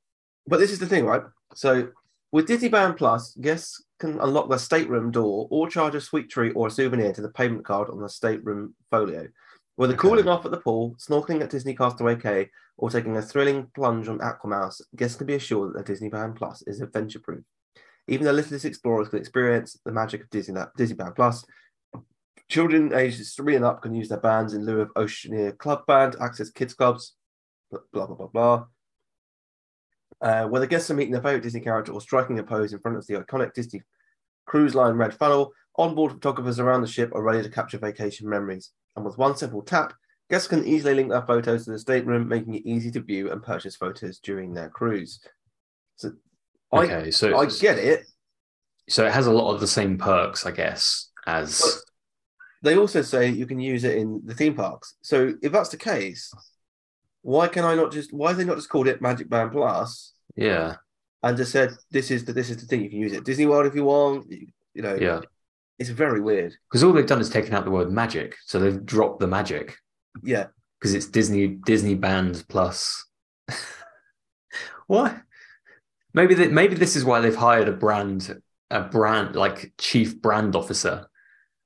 Speaker 1: But this is the thing, right? So with Disney band plus, guests can unlock their stateroom door or charge a sweet treat or a souvenir to the payment card on the stateroom folio. Whether
Speaker 2: Okay.
Speaker 1: cooling off at the pool, snorkeling at Disney Castaway Cay, or taking a thrilling plunge on Aquamouse, guests can be assured that their Disney Band Plus is adventure proof. Even the littlest explorers can experience the magic of Disney, Disney Band Plus. Children ages three and up can use their bands in lieu of Oceaneer Club Band, access kids clubs, blah, blah, blah, blah. blah. Uh, whether guests are meeting their favorite Disney character or striking a pose in front of the iconic Disney cruise line red funnel, onboard photographers around the ship are ready to capture vacation memories. And with one simple tap, guests can easily link their photos to the stateroom, making it easy to view and purchase photos during their cruise. So I,
Speaker 2: Okay, so
Speaker 1: I get it.
Speaker 2: so it has a lot of the same perks, I guess,
Speaker 1: But-
Speaker 2: as
Speaker 1: They also say you can use it in the theme parks. So if that's the case, why can I not just why have they not just called it Magic Band Plus
Speaker 2: yeah,
Speaker 1: and just said this is the this is the thing you can use it at Disney World if you want? You, you know,
Speaker 2: yeah.
Speaker 1: it's very weird.
Speaker 2: Because all they've done is taken out the word magic, so they've dropped the magic
Speaker 1: Yeah.
Speaker 2: because it's Disney Disney Band Plus. what? Maybe that maybe this is why they've hired a brand a brand like chief brand officer.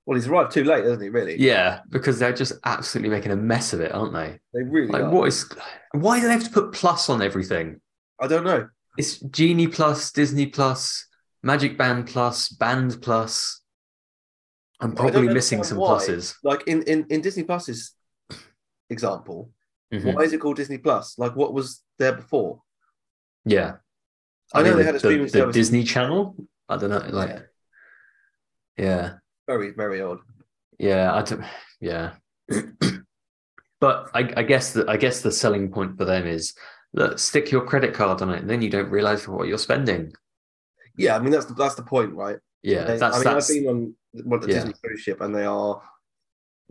Speaker 1: Well, he's arrived too late, hasn't he? Really?
Speaker 2: Yeah, because they're just absolutely making a mess of it, aren't they?
Speaker 1: They really
Speaker 2: Like
Speaker 1: are.
Speaker 2: what is why do they have to put plus on everything?
Speaker 1: I don't know.
Speaker 2: It's Genie Plus, Disney Plus, Magic Band Plus, Band Plus. I'm
Speaker 1: don't
Speaker 2: probably missing
Speaker 1: understand
Speaker 2: some
Speaker 1: why.
Speaker 2: pluses.
Speaker 1: Like in in in Disney Plus's example,
Speaker 2: Mhm.
Speaker 1: why is it called Disney Plus? Like, what was there before?
Speaker 2: Yeah.
Speaker 1: I know
Speaker 2: mean,
Speaker 1: they
Speaker 2: the-
Speaker 1: had a
Speaker 2: the-
Speaker 1: streaming
Speaker 2: the,
Speaker 1: service.
Speaker 2: Disney Channel. I don't know, like, yeah,
Speaker 1: Very very odd.
Speaker 2: yeah, I don't, yeah. but I, I guess that I guess the selling point for them is look, stick your credit card on it, and then you don't realize what you're spending.
Speaker 1: Yeah, I mean that's the, that's the point, right?
Speaker 2: Yeah,
Speaker 1: They-
Speaker 2: that's
Speaker 1: I mean,
Speaker 2: that's
Speaker 1: I've been on well, the
Speaker 2: Yeah.
Speaker 1: Disney cruise ship, and they are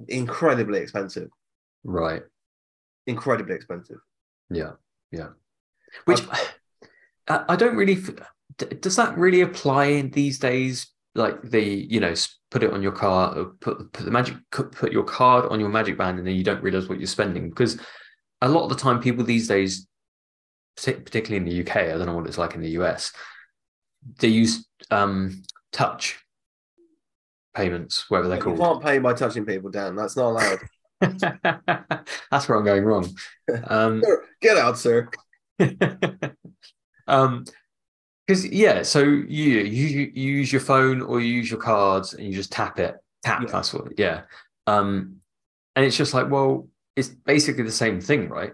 Speaker 1: incredibly expensive.
Speaker 2: right.
Speaker 1: Incredibly expensive.
Speaker 2: Yeah, yeah. Which I, I don't really. f- d- Does that really apply in these days? Like the you know, s- put it on your car, or put put the magic, c- put your card on your magic band, and then you don't realize what you're spending because a lot of the time, people these days, partic- particularly in the UK, I don't know what it's like in the US, they use um touch payments, whatever they're
Speaker 1: Like, you
Speaker 2: called.
Speaker 1: can't pay by touching people, Dan. That's not allowed.
Speaker 2: That's where I'm going wrong. Um,
Speaker 1: Sir, Get out, sir.
Speaker 2: um because yeah so you, you you you use your phone or you use your cards and you just tap it tap
Speaker 1: Yeah.
Speaker 2: that's what yeah um and it's just like well it's basically the same thing right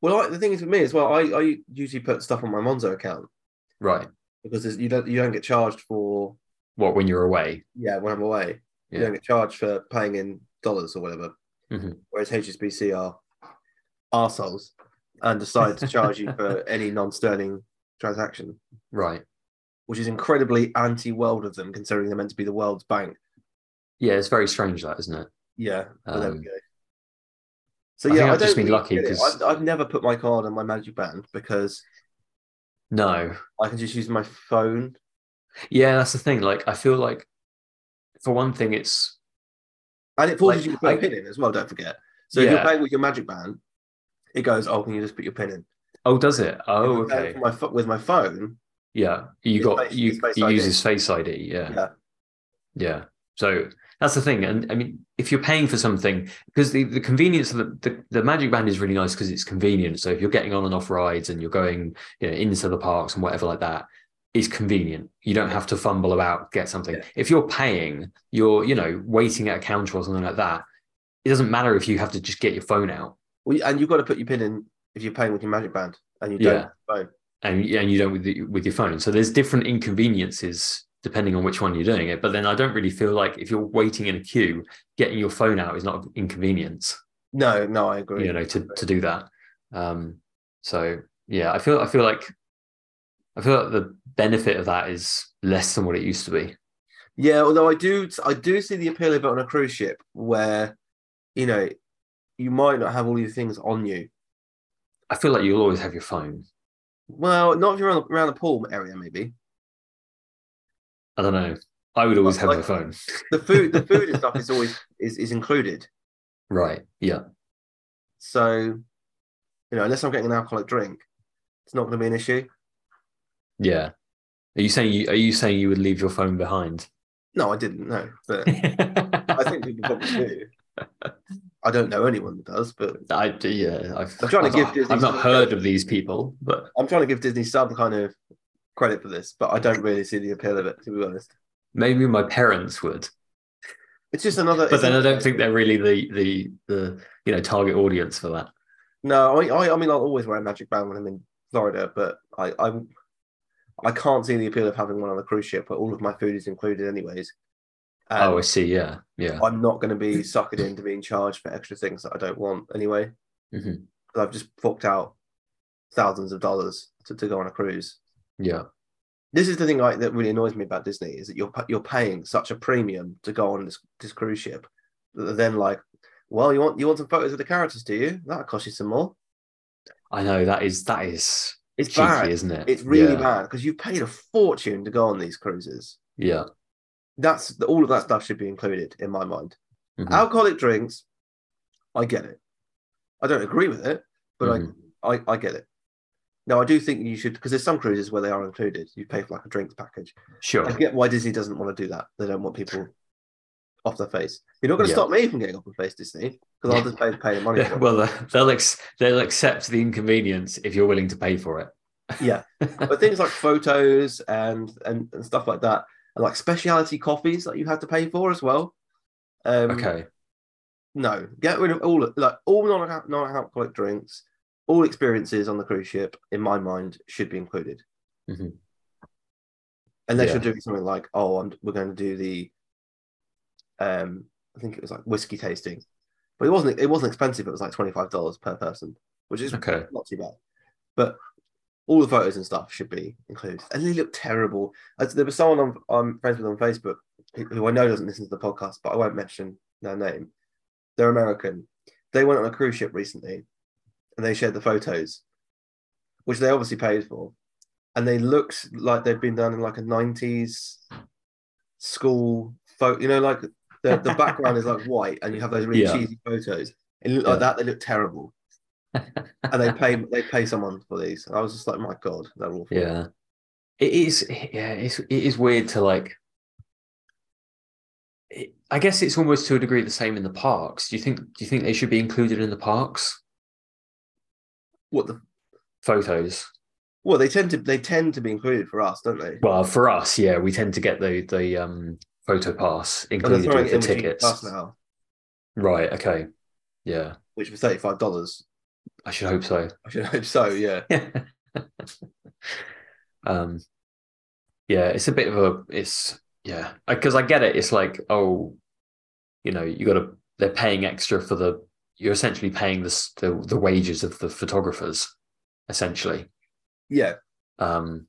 Speaker 1: Well, I, the thing is with me as well, I, I usually put stuff on my Monzo account
Speaker 2: right
Speaker 1: because there's- you don't you don't get charged for
Speaker 2: what when you're away
Speaker 1: yeah, when I'm away,
Speaker 2: Yeah.
Speaker 1: you don't get charged for paying in dollars or whatever.
Speaker 2: Mhm.
Speaker 1: Whereas HSBC are arseholes and decide to charge you for any non sterling transaction,
Speaker 2: right
Speaker 1: which is incredibly anti world of them, considering they're meant to be the world's bank.
Speaker 2: yeah it's very strange that isn't it
Speaker 1: Yeah, but there we
Speaker 2: Um,
Speaker 1: go. So
Speaker 2: I
Speaker 1: yeah,
Speaker 2: think
Speaker 1: I
Speaker 2: I've
Speaker 1: don't
Speaker 2: just been
Speaker 1: really
Speaker 2: lucky
Speaker 1: get it.
Speaker 2: 'cause-
Speaker 1: I've, I've never put my card on my Magic Band because
Speaker 2: no
Speaker 1: I can just use my phone.
Speaker 2: yeah that's the thing like i feel like for one thing it's
Speaker 1: And it forces
Speaker 2: Like,
Speaker 1: you to put a
Speaker 2: I-
Speaker 1: pin in as well, don't forget. So if
Speaker 2: Yeah.
Speaker 1: you're playing with your magic band, It goes, oh, can you just put your pin in?
Speaker 2: Oh, does it? Oh,
Speaker 1: If I pay
Speaker 2: okay.
Speaker 1: for My pho- with my phone.
Speaker 2: Yeah, you
Speaker 1: It's
Speaker 2: got
Speaker 1: face-
Speaker 2: you
Speaker 1: it's face
Speaker 2: you
Speaker 1: ID.
Speaker 2: use his face ID. Yeah.
Speaker 1: Yeah.
Speaker 2: Yeah. So that's the thing. And I mean, if you're paying for something, because the, the convenience of the, the, the Magic Band is really nice because it's convenient. So if you're getting on and off rides and you're going, you know, into the parks and whatever like that, it's convenient. You don't have to fumble about, get something.
Speaker 1: Yeah.
Speaker 2: If you're paying, you're, you know, waiting at a counter or something like that, it doesn't matter if you have to just get your phone out
Speaker 1: Well, and you've got to put your pin in if you're paying with your Magic Band and you don't
Speaker 2: Yeah.
Speaker 1: have a phone.
Speaker 2: and, and you don't with, the, with your phone. So there's different inconveniences depending on which one you're doing it. But then I don't really feel like if you're waiting in a queue, getting your phone out is not an inconvenience.
Speaker 1: No, no, I agree.
Speaker 2: you know to, to do that um so yeah i feel i feel like i feel like the benefit of that is less than what it used to be
Speaker 1: Yeah, although I do, I do see the appeal of it on a cruise ship where, you know, you might not have all your things on you.
Speaker 2: i feel like you'll always have your phone
Speaker 1: Well, not if you're around, around the pool area, maybe.
Speaker 2: i don't know i would always have
Speaker 1: Like-
Speaker 2: my phone
Speaker 1: The food, the food and stuff is always is, is included.
Speaker 2: right yeah
Speaker 1: So, you know, unless I'm getting an alcoholic drink, it's not going to be an issue.
Speaker 2: yeah are you saying you are you saying you would leave your phone behind
Speaker 1: No, I didn't know, but I
Speaker 2: i
Speaker 1: think people probably do. I don't know anyone that does, but
Speaker 2: I do, yeah I've,
Speaker 1: I'm trying to
Speaker 2: I've
Speaker 1: give
Speaker 2: not-
Speaker 1: Disney
Speaker 2: I've not
Speaker 1: some
Speaker 2: heard
Speaker 1: credit.
Speaker 2: of these people but
Speaker 1: I'm trying to give Disney some kind of credit for this, but I don't really see the appeal of it, to be honest.
Speaker 2: maybe my parents would
Speaker 1: It's just another.
Speaker 2: but then i don't think they're really the the the you know target audience for that
Speaker 1: No, I, I, I mean, I'll always wear a magic band when I'm in Florida, but I, I, I can't see the appeal of having one on a cruise ship where all of my food is included, anyways. And
Speaker 2: oh i see yeah yeah
Speaker 1: I'm not going to be suckered into being charged for extra things that I don't want anyway.
Speaker 2: Mhm.
Speaker 1: But I've just forked out thousands of dollars to, to go on a cruise.
Speaker 2: yeah
Speaker 1: This is the thing like, that really annoys me about Disney is that you're pa- you're paying such a premium to go on this, this cruise ship. that they're Then like, well, you want you want some photos of the characters, do you? That'll cost you some more.
Speaker 2: I know that is that is
Speaker 1: It's
Speaker 2: cheeky,
Speaker 1: bad.
Speaker 2: isn't it?
Speaker 1: It's really
Speaker 2: yeah.
Speaker 1: bad because you've paid a fortune to go on these cruises.
Speaker 2: Yeah,
Speaker 1: That's all of that stuff should be included in my mind.
Speaker 2: Mhm.
Speaker 1: Alcoholic drinks, I get it. I don't agree with it, but
Speaker 2: Mhm.
Speaker 1: I, I I get it. Now I do think you should because there's some cruises where they are included. You pay for like a drinks package.
Speaker 2: sure.
Speaker 1: I get why Disney doesn't want to do that. They don't want people off their face. You're not going to
Speaker 2: Yeah.
Speaker 1: stop me from getting off my face, Disney, because I'll just pay, pay the money.
Speaker 2: Yeah,
Speaker 1: For it.
Speaker 2: well, uh, they'll ex- they'll accept the inconvenience if you're willing to pay for it.
Speaker 1: Yeah. but things like photos and, and and stuff like that, and like specialty coffees that you have to pay for as well. Um,
Speaker 2: okay.
Speaker 1: No, get rid of all like all non non alcoholic drinks. All experiences on the cruise ship, in my mind, should be included.
Speaker 2: Mhm.
Speaker 1: Unless
Speaker 2: Yeah.
Speaker 1: you're doing something like, oh, I'm, we're going to do the, um, I think it was like whiskey tasting, but it wasn't. It wasn't expensive. It was like twenty five dollars per person, which is
Speaker 2: Okay.
Speaker 1: not too bad. But all the photos and stuff should be included. And they look terrible. As, there was someone I'm, I'm friends with on Facebook who, who I know doesn't listen to the podcast, but I won't mention their name. They're American. They went on a cruise ship recently and they shared the photos, which they obviously paid for. And they looked like they've been done in like a 90s school photo, you know, like the, the background is like white and you have those really
Speaker 2: Yeah.
Speaker 1: cheesy photos. It looked like
Speaker 2: Yeah.
Speaker 1: that. They look terrible and they pay they pay someone for these. And I was just like, my god, they're awful.
Speaker 2: Yeah. It is. Yeah. It's it is weird to like. It, I guess it's almost to a degree the same in the parks. Do you think? Do you think they should be included in the parks
Speaker 1: What the?
Speaker 2: photos?
Speaker 1: Well, they tend to they tend to be included for us, don't they?
Speaker 2: Well, for us, yeah, we tend to get the the um photo pass
Speaker 1: And Oh, they're
Speaker 2: included
Speaker 1: throwing
Speaker 2: with
Speaker 1: it
Speaker 2: the
Speaker 1: in with Genie
Speaker 2: tickets.
Speaker 1: Plus now,
Speaker 2: Right. Okay. Yeah.
Speaker 1: which was thirty five dollars.
Speaker 2: I should hope so.
Speaker 1: I should hope so. Yeah,
Speaker 2: um. Yeah, it's a bit of a it's yeah because I get it. It's like oh, you know, you got to they're paying extra for the you're essentially paying the s- the, the wages of the photographers, essentially.
Speaker 1: yeah,
Speaker 2: Um,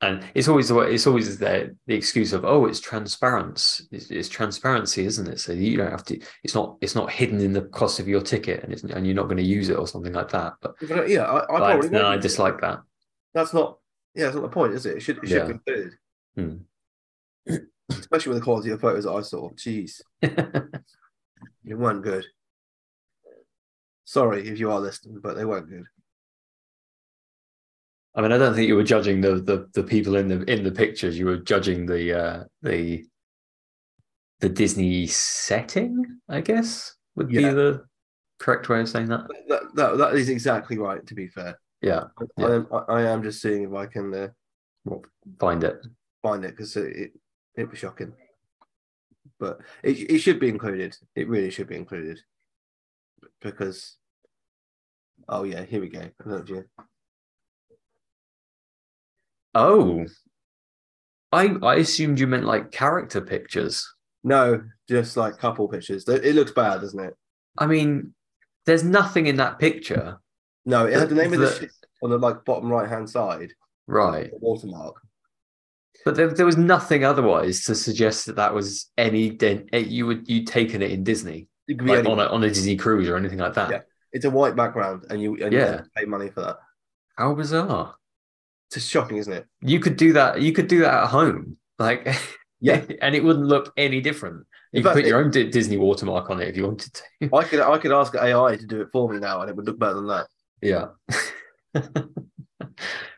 Speaker 2: and it's always the way it's always the the excuse of oh, it's transparent. It's, it's transparency, isn't it? So you don't have to. It's not it's not hidden in the cost of your ticket, and it's, and you're not going to use it or something like that. But
Speaker 1: But, uh, yeah. I, I
Speaker 2: I,
Speaker 1: probably
Speaker 2: no, I
Speaker 1: won't.
Speaker 2: dislike that.
Speaker 1: That's not. Yeah, that's not the point, is it? It should it should
Speaker 2: Yeah.
Speaker 1: be included.
Speaker 2: Hmm.
Speaker 1: Especially with the quality of photos that I saw. Jeez, it weren't good. Sorry if you are listening, but they weren't good.
Speaker 2: I mean, I don't think you were judging the the, the people in the in the pictures. You were judging the uh, the the Disney setting, I guess, would
Speaker 1: Yeah.
Speaker 2: be the correct way of saying that.
Speaker 1: That, that, that is exactly right, to be fair.
Speaker 2: Yeah,
Speaker 1: I-
Speaker 2: Yeah.
Speaker 1: I, am, I, I am just seeing if I can uh,
Speaker 2: find it.
Speaker 1: find it because it, it, it was shocking. But it, it should be included. It really should be included. Because, oh yeah, here we go. I don't know if you-
Speaker 2: Oh, I I assumed you meant like character pictures.
Speaker 1: No, just like couple pictures. It it looks bad, doesn't it?
Speaker 2: I mean, there's nothing in that picture,
Speaker 1: No, it had the name of the
Speaker 2: The-
Speaker 1: ship on the like bottom right hand side,
Speaker 2: right?
Speaker 1: the watermark.
Speaker 2: But there, there was nothing otherwise to suggest that that was any den- eh, you would you taken it in Disney
Speaker 1: It could be
Speaker 2: like
Speaker 1: any-
Speaker 2: on a on a Disney cruise or anything like that.
Speaker 1: Yeah. it's a white background, and you and
Speaker 2: Yeah.
Speaker 1: you pay money for that.
Speaker 2: How bizarre!
Speaker 1: It's just shocking, isn't it?
Speaker 2: You could do that. You could do that at home, like
Speaker 1: Yeah.
Speaker 2: and it wouldn't look any different. You
Speaker 1: In
Speaker 2: could
Speaker 1: fact,
Speaker 2: put your own Di- Disney watermark on it if you wanted to.
Speaker 1: I could I could ask AI to do it for me now, and it would look better than that.
Speaker 2: Yeah.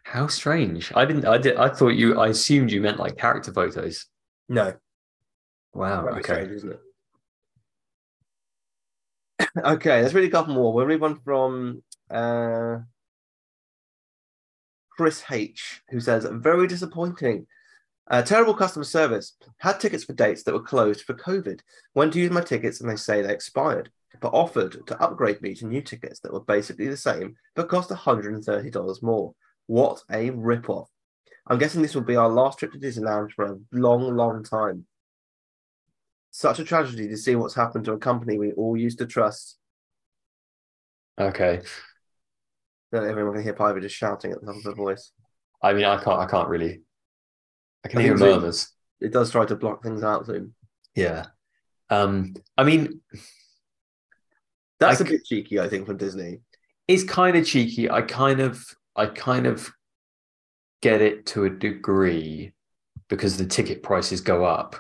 Speaker 2: How strange. I didn't I did I thought you I assumed you meant like character photos.
Speaker 1: No,
Speaker 2: Wow.
Speaker 1: that'd be
Speaker 2: Okay.
Speaker 1: strange, isn't it? okay, let's read a couple more. We'll read one from uh, Chris H, who says, "Very disappointing." Uh, terrible customer service. Had tickets for dates that were closed for COVID. Went to use my tickets and they say they expired, but offered to upgrade me to new tickets that were basically the same but cost $130 more. What a ripoff. I'm guessing this will be our last trip to Disneyland for a long, long time. Such a tragedy to see what's happened to a company we all used to trust.
Speaker 2: Okay.
Speaker 1: Don't know if everyone can hear Piper just shouting at the top of her voice.
Speaker 2: I mean I can't I can't really I can
Speaker 1: I
Speaker 2: hear
Speaker 1: think so.
Speaker 2: murmurs.
Speaker 1: It does try to block things out soon.
Speaker 2: Yeah. Um I mean
Speaker 1: That's a
Speaker 2: c-
Speaker 1: bit cheeky, I think, from Disney.
Speaker 2: it's kind of cheeky. I kind of I kind of get it to a degree because the ticket prices go up.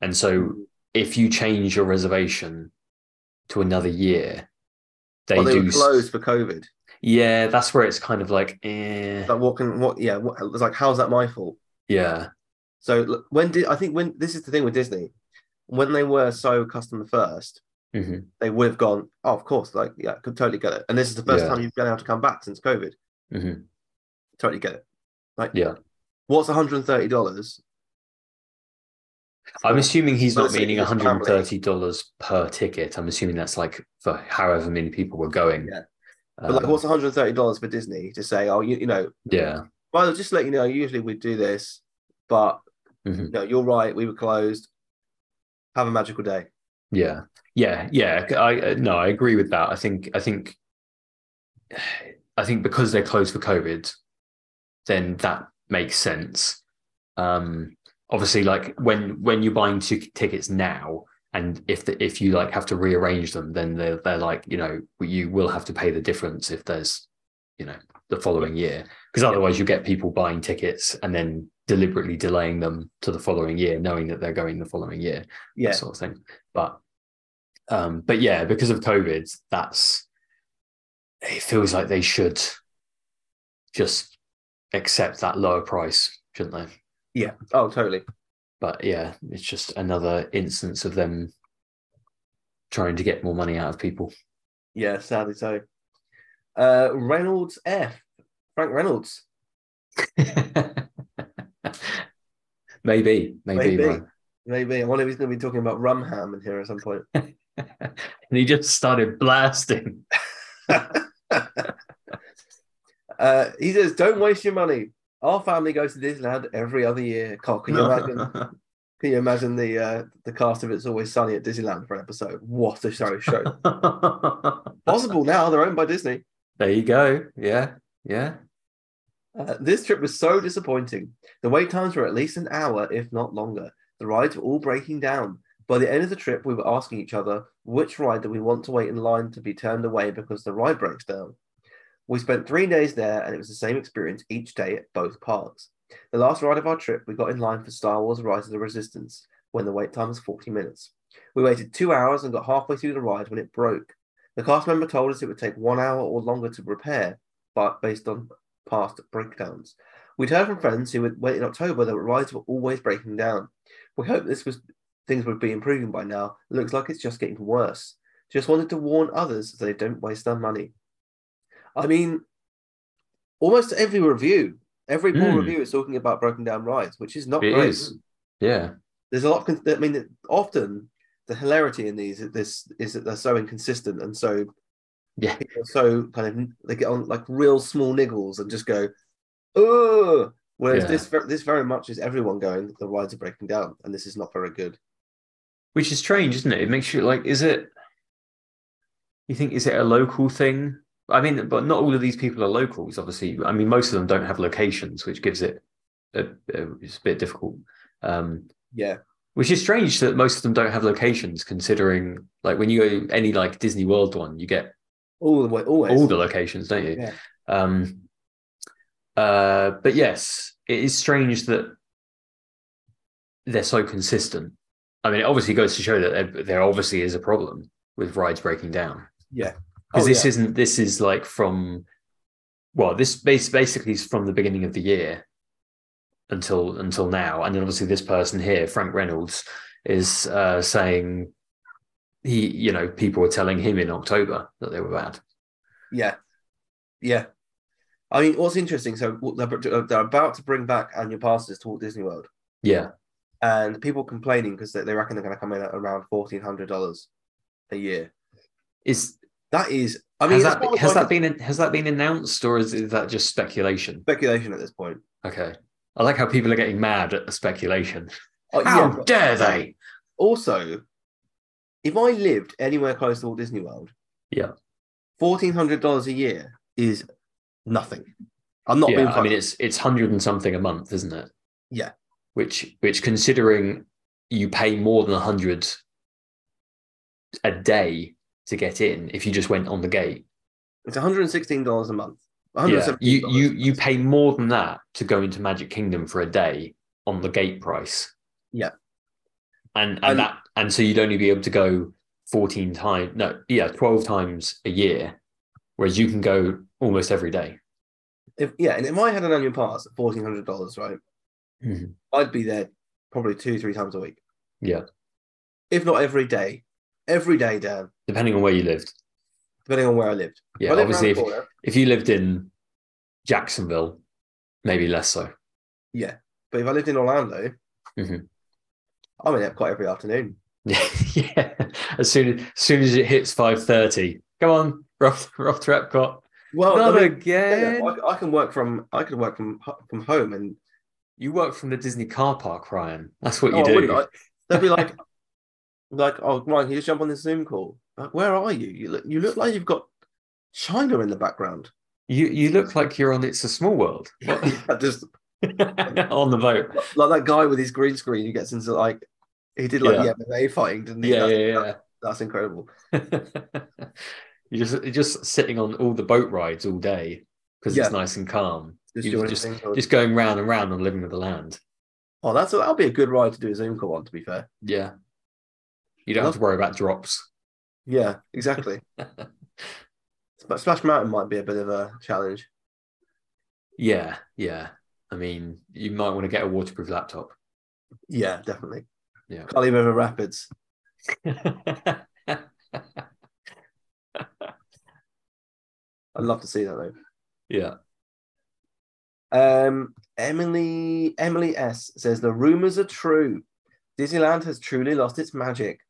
Speaker 2: And so if you change your reservation to another year, they,
Speaker 1: Well, they
Speaker 2: do
Speaker 1: were
Speaker 2: s-
Speaker 1: closed for COVID.
Speaker 2: Yeah, that's where it's kind of like, eh,
Speaker 1: Like, what can, what, yeah, what, it's like, how's that my fault?
Speaker 2: yeah,
Speaker 1: So l- when did I think when this is the thing with Disney, when they were so customer 1st
Speaker 2: Mhm.
Speaker 1: they would have gone, oh, of course, like yeah, could totally get it. And this is the first
Speaker 2: Yeah.
Speaker 1: time you've been able to come back since COVID.
Speaker 2: Mhm.
Speaker 1: Totally get it. Like
Speaker 2: Yeah.
Speaker 1: what's one hundred and thirty dollars?
Speaker 2: I'm assuming he's
Speaker 1: Well,
Speaker 2: not
Speaker 1: it's-
Speaker 2: meaning
Speaker 1: it's family.
Speaker 2: $130 per ticket. I'm assuming that's like for however many people were going.
Speaker 1: Yeah. But like,
Speaker 2: Um,
Speaker 1: what's one hundred and thirty dollars for Disney to say, oh, you, you know,
Speaker 2: yeah,
Speaker 1: well, just to let you know, usually we do this, but
Speaker 2: Mhm.
Speaker 1: no, you're right, we were closed. Have a magical day.
Speaker 2: yeah, yeah, yeah. I uh, no, I agree with that. I think, I think, I think because they're closed for COVID, then that makes sense. Um, obviously, like when when you're buying two tickets now, and if the, if you like have to rearrange them, then they're they're like you know you will have to pay the difference if there's you know the following year because otherwise you get people buying tickets and then deliberately delaying them to the following year, knowing that they're going the following year,
Speaker 1: Yeah.
Speaker 2: that sort of thing. But um, but yeah, because of COVID, that's it feels like they should just accept that lower price, shouldn't they?
Speaker 1: Yeah. Oh, totally.
Speaker 2: but yeah, it's just another instance of them trying to get more money out of people.
Speaker 1: Yeah, sadly so. Uh, Reynolds F. Frank Reynolds.
Speaker 2: maybe, maybe,
Speaker 1: Maybe.
Speaker 2: man.
Speaker 1: Maybe. I wonder if he's going to be talking about Rumham in here at some point.
Speaker 2: and he just started blasting.
Speaker 1: Uh, he says, Don't waste your money. Our family goes to Disneyland every other year. God, can you imagine? Can you imagine the uh, the cast of It's Always Sunny at Disneyland for an episode? What a show! Show possible now. They're owned by Disney.
Speaker 2: there you go. Yeah, yeah.
Speaker 1: Uh, this trip was so disappointing. The wait times were at least an hour, if not longer. The rides were all breaking down. By the end of the trip, we were asking each other which ride do we want to wait in line to be turned away because the ride breaks down. We spent three days there, and it was the same experience each day at both parks. The last ride of our trip, we got in line for Star Wars Rise of the Resistance when the wait time was 40 minutes. We waited two hours and got halfway through the ride when it broke. The cast member told us it would take one hour or longer to repair, but based on past breakdowns. We'd heard from friends who had went in October that rides were always breaking down. We hoped this was things would be improving by now. It looks like it's just getting worse. Just wanted to warn others so they don't waste their money. I mean, almost every review, every poor
Speaker 2: Mm.
Speaker 1: review is talking about broken down rides, which is not
Speaker 2: It
Speaker 1: great.
Speaker 2: is. Yeah.
Speaker 1: There's a lot. Of, con- I mean, often the hilarity in these this is that they're so inconsistent and so
Speaker 2: Yeah.
Speaker 1: people are so kind of they get on like real small niggles and just go, oh. Whereas
Speaker 2: Yeah.
Speaker 1: this ver- this very much is everyone going. The rides are breaking down, and this is not very good.
Speaker 2: Which is strange, isn't it? It makes you like, is it, you think, is it a local thing? I mean, but not all of these people are locals, obviously. I mean, most of them don't have locations, which gives it a, a, it's a bit difficult. Um,
Speaker 1: Yeah,
Speaker 2: which is strange that most of them don't have locations, considering like when you go any like Disney World one, you get
Speaker 1: all the way, always.
Speaker 2: all the locations, don't you?
Speaker 1: Yeah.
Speaker 2: Um, uh, but yes, it is strange that they're so consistent. I mean, it obviously goes to show that there- there obviously is a problem with rides breaking down because
Speaker 1: Oh,
Speaker 2: this
Speaker 1: yeah.
Speaker 2: isn't. This is like from well, this base basically is from the beginning of the year until until now, and then obviously this person here, Frank Reynolds, is uh, saying he, you know, people were telling him in October that they were bad.
Speaker 1: yeah, yeah. I mean, what's interesting? So what they're, they're about to bring back annual passes to Walt Disney World,
Speaker 2: Yeah,
Speaker 1: and people complaining because they, they reckon they're going to come in at around fourteen hundred dollars a year.
Speaker 2: is
Speaker 1: That is, I mean,
Speaker 2: has
Speaker 1: it's
Speaker 2: that,
Speaker 1: more
Speaker 2: has
Speaker 1: like
Speaker 2: that been has that been announced or is, is that just speculation?
Speaker 1: speculation at this point?
Speaker 2: Okay, I like how people are getting mad at the speculation.
Speaker 1: Oh,
Speaker 2: How
Speaker 1: yeah, but-
Speaker 2: dare they?
Speaker 1: Also, if I lived anywhere close to Walt Disney World,
Speaker 2: Yeah.
Speaker 1: fourteen hundred dollars a year is nothing. I'm not being
Speaker 2: yeah, I
Speaker 1: funny.
Speaker 2: mean it's it's hundred and something a month, isn't it?
Speaker 1: Yeah.
Speaker 2: Which which considering you pay more than a hundred a day to get in if you just went on the gate.
Speaker 1: it's one hundred and ssixteen dollars a month.
Speaker 2: Yeah.
Speaker 1: $117
Speaker 2: You you
Speaker 1: a
Speaker 2: you
Speaker 1: month.
Speaker 2: pay more than that to go into Magic Kingdom for a day on the gate price.
Speaker 1: Yeah.
Speaker 2: And and,
Speaker 1: And-
Speaker 2: that and so you'd only be able to go 14 times no, yeah, 12 times a year. Whereas you can go almost every day.
Speaker 1: If, yeah, and if I had an annual pass at fourteen hundred dollars, right,
Speaker 2: Mhm.
Speaker 1: I'd be there probably two, three times a week.
Speaker 2: Yeah.
Speaker 1: if not every day, every day, Dan,
Speaker 2: Depending on where you lived.
Speaker 1: depending on where I lived.
Speaker 2: Yeah,
Speaker 1: If I lived
Speaker 2: obviously
Speaker 1: around
Speaker 2: if,
Speaker 1: the corner,
Speaker 2: if you lived in Jacksonville, maybe less so.
Speaker 1: but if I lived in Orlando,
Speaker 2: Mhm.
Speaker 1: I'm in Epcot every afternoon.
Speaker 2: yeah. As soon as, soon as it hits 5:30, come on, we're off, we're off to Epcot.
Speaker 1: Well, I
Speaker 2: Not
Speaker 1: mean,
Speaker 2: again.
Speaker 1: Yeah, I, I can work from I can work from ho- from home, and
Speaker 2: You work from the Disney car park, Ryan. That's what
Speaker 1: Oh,
Speaker 2: you
Speaker 1: I
Speaker 2: do.
Speaker 1: wouldn't. I- they'd be like, like, oh, Ryan, can you just jump on this Zoom call? Like, where are you? You look, you look like you've got China in the background.
Speaker 2: You you look like you're on It's a Small World What-
Speaker 1: just
Speaker 2: on the boat.
Speaker 1: like that guy with his green screen who gets into like he did like
Speaker 2: Yeah.
Speaker 1: the MMA fighting, didn't he?
Speaker 2: Yeah,
Speaker 1: that's,
Speaker 2: yeah,
Speaker 1: that's incredible.
Speaker 2: yeah. you're just you're just sitting on all the boat rides all day because
Speaker 1: Yeah.
Speaker 2: it's nice and calm.
Speaker 1: Just
Speaker 2: You
Speaker 1: doing
Speaker 2: just-
Speaker 1: things.
Speaker 2: Just going round and round and living with the land.
Speaker 1: oh, that's that'll be a good ride to do a Zoom call on. To be fair,
Speaker 2: Yeah. You don't have to worry about drops.
Speaker 1: yeah, exactly. But Splash Mountain might be a bit of a challenge.
Speaker 2: Yeah, yeah. I mean, you might want to get a waterproof laptop.
Speaker 1: Yeah, definitely.
Speaker 2: Yeah.
Speaker 1: Cali River Rapids. I'd love to see that though.
Speaker 2: yeah.
Speaker 1: Um, Emily Emily S says the rumors are true. Disneyland has truly lost its magic.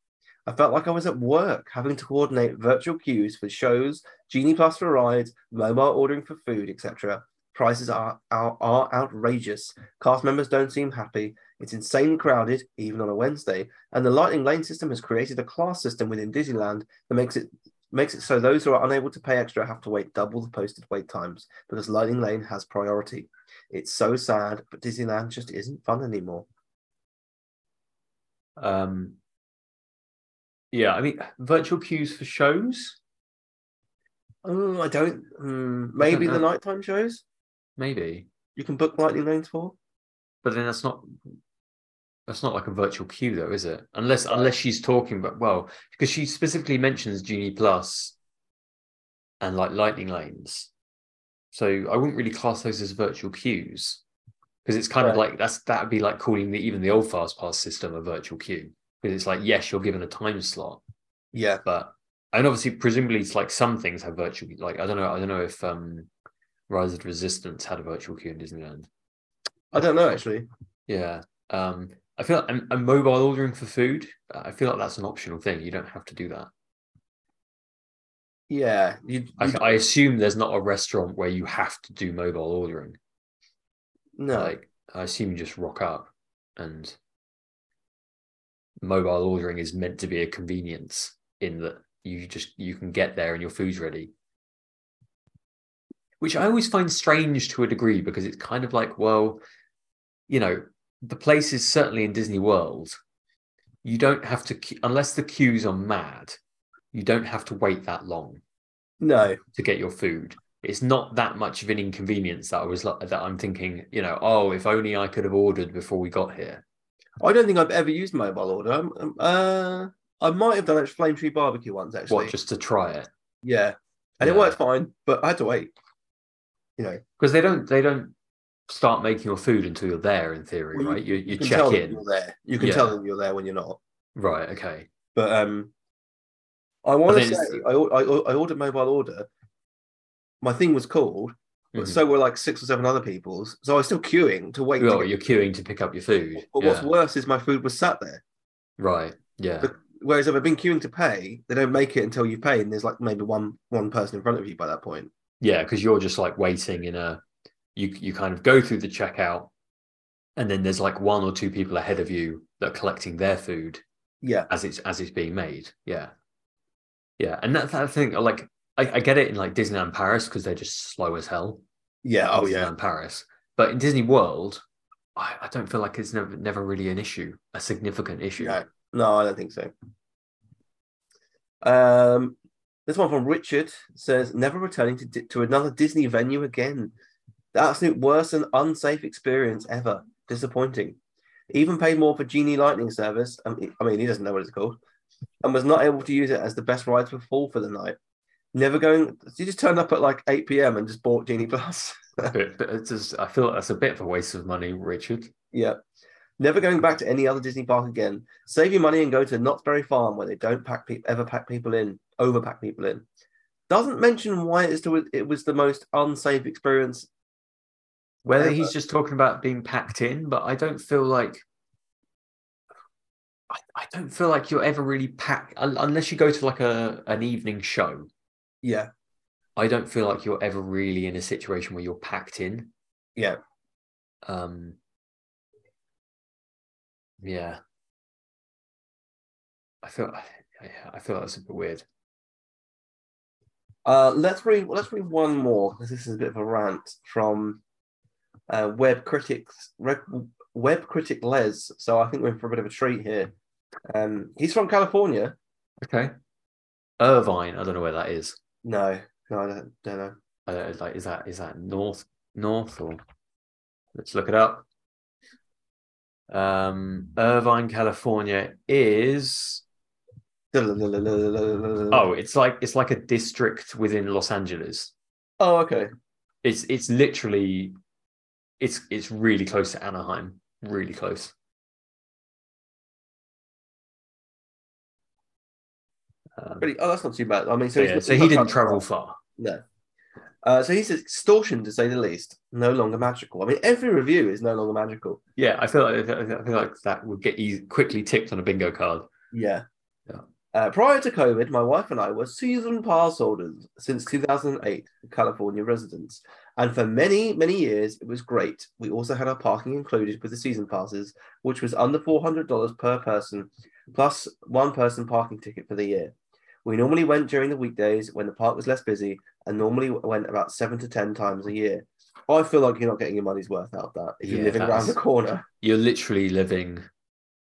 Speaker 1: I felt like I was at work, having to coordinate virtual queues for shows, Genie Plus for rides, mobile ordering for food, etc. Prices are, are are outrageous. Cast members don't seem happy. It's insanely crowded, even on a Wednesday. And the Lightning Lane system has created a class system within Disneyland that makes it makes it so those who are unable to pay extra have to wait double the posted wait times because Lightning Lane has priority. It's so sad, but Disneyland just isn't fun anymore.
Speaker 2: Um, yeah, I mean, virtual queues for shows,
Speaker 1: Oh, I don't. mm, maybe the
Speaker 2: know.
Speaker 1: nighttime shows
Speaker 2: maybe,
Speaker 1: you can book Lightning Lanes for.
Speaker 2: but then that's not that's not like a virtual queue, though, is it? Unless unless she's talking about well, because she specifically mentions Genie Plus and like lightning lanes. So I wouldn't really class those as virtual queues because it's kind of
Speaker 1: Right.
Speaker 2: like that's that'd be like calling the, even the old fast pass system a virtual queue because it's like yes you're given a time slot
Speaker 1: Yeah.
Speaker 2: but and obviously presumably it's like some things have virtual like I don't know I don't know if um Rise of the Resistance had a virtual queue in Disneyland
Speaker 1: I don't know actually.
Speaker 2: yeah um I feel like and, and mobile ordering for food I feel like that's an optional thing you don't have to do that
Speaker 1: Yeah. You,
Speaker 2: I,
Speaker 1: you-
Speaker 2: I assume there's not a restaurant where you have to do mobile ordering
Speaker 1: no.
Speaker 2: Like I assume you just rock up and mobile ordering is meant to be a convenience in that you just you can get there and your food's ready. Which I always find strange to a degree because it's kind of like, well, you know, the place is certainly in Disney World. You don't have to que- unless the queues are mad, you don't have to wait that long
Speaker 1: no.
Speaker 2: to get your food. It's not that much of an inconvenience that I was like, that I'm thinking, you know, oh, if only I could have ordered before we got here.
Speaker 1: I don't think I've ever used mobile order. Um, um, uh, I might have done actually Flame Tree Barbecue once actually.
Speaker 2: What just to try it
Speaker 1: yeah. And it
Speaker 2: Yeah.
Speaker 1: worked fine, but I had to wait. You know,
Speaker 2: because they don't they don't start making your food until you're there in theory,
Speaker 1: Well, you-
Speaker 2: right? You you,
Speaker 1: you can
Speaker 2: check
Speaker 1: tell them
Speaker 2: in,
Speaker 1: you're there. You can tell
Speaker 2: Yeah.
Speaker 1: them you're there when you're not.
Speaker 2: right? Okay,
Speaker 1: But um, I want
Speaker 2: I
Speaker 1: to
Speaker 2: think
Speaker 1: say
Speaker 2: it's-
Speaker 1: I, or- I or- I ordered mobile order. My thing was called, but
Speaker 2: Mhm.
Speaker 1: so were like six or seven other people's. So I was still queuing to wait. to
Speaker 2: well,
Speaker 1: get-
Speaker 2: you're queuing to pick up your food,
Speaker 1: but
Speaker 2: yeah.
Speaker 1: what's worse is my food was sat there.
Speaker 2: right? Yeah,
Speaker 1: But- Whereas if I've been queuing to pay, they don't make it until you pay, and there's like maybe one one person in front of you by that point.
Speaker 2: yeah, because you're just like waiting in a you you kind of go through the checkout, and then there's like one or two people ahead of you that are collecting their food,
Speaker 1: Yeah,
Speaker 2: as it's as it's being made. Yeah, yeah, and that that thing like I, I get it in like Disneyland Paris because they're just slow as hell.
Speaker 1: yeah, oh
Speaker 2: Disneyland
Speaker 1: yeah,
Speaker 2: Paris, but in Disney World, I, I don't feel like it's never never really an issue, a significant issue.
Speaker 1: no, no, I don't think so. Um, this one from Richard says, "Never returning to Di- to another Disney venue again. The absolute worst and unsafe experience ever. Disappointing. Even paid more for Genie Lightning Service. I mean, I mean, he doesn't know what it's called, and was not able to use it as the best rides were full for the night. Never going. You just turned up at like eight p.m. and just bought Genie Plus."
Speaker 2: But- but it's just I feel that's a bit of a waste of money, Richard.
Speaker 1: Yeah. Never going back to any other Disney park again. Save your money and go to Knott's Berry Farm where they don't pack pe- ever pack people in, overpack people in. Doesn't mention why it's to, it was the most unsafe experience.
Speaker 2: Whether
Speaker 1: ever.
Speaker 2: he's just talking about being packed in, but I don't feel like. I, I don't feel like you're ever really packed un- unless you go to like a an evening show.
Speaker 1: Yeah.
Speaker 2: I don't feel like you're ever really in a situation where you're packed in.
Speaker 1: Yeah.
Speaker 2: Um Yeah. I feel I, I feel that's a bit weird.
Speaker 1: Uh, let's read. Let's read one more 'cause this is a bit of a rant from uh, web critics. Rec, web critic Les. So I think we're in for a bit of a treat here. Um, he's from California.
Speaker 2: Okay. Irvine, I don't know where that is.
Speaker 1: No, no, I don't, don't know.
Speaker 2: I don't, like is that is that north north or let's look it up. Um Irvine, California is oh, it's like it's like a district within Los Angeles.
Speaker 1: oh, okay.
Speaker 2: it's it's literally it's it's really close to Anaheim, really close. Um,
Speaker 1: Pretty, oh, that's not too bad. I mean, so,
Speaker 2: so,
Speaker 1: he's
Speaker 2: yeah,
Speaker 1: not-
Speaker 2: so
Speaker 1: he's not
Speaker 2: he didn't
Speaker 1: travelling
Speaker 2: travel far.
Speaker 1: No. Uh, so he's extortion to say the least. No longer magical. I mean, every review is no longer magical.
Speaker 2: Yeah, I feel like I feel like that would get you quickly tipped on a bingo card.
Speaker 1: Yeah.
Speaker 2: Yeah.
Speaker 1: Uh, prior to COVID, my wife and I were season pass holders since 2008, California residents. And for many, many years, it was great. We also had our parking included with the season passes, which was under $400 per person, plus one person parking ticket for the year. We normally went during the weekdays when the park was less busy and normally went about seven to 10 times a year. I feel like you're not getting your money's worth out of that if you're
Speaker 2: Yeah,
Speaker 1: living around
Speaker 2: that's-
Speaker 1: the corner.
Speaker 2: You're literally living.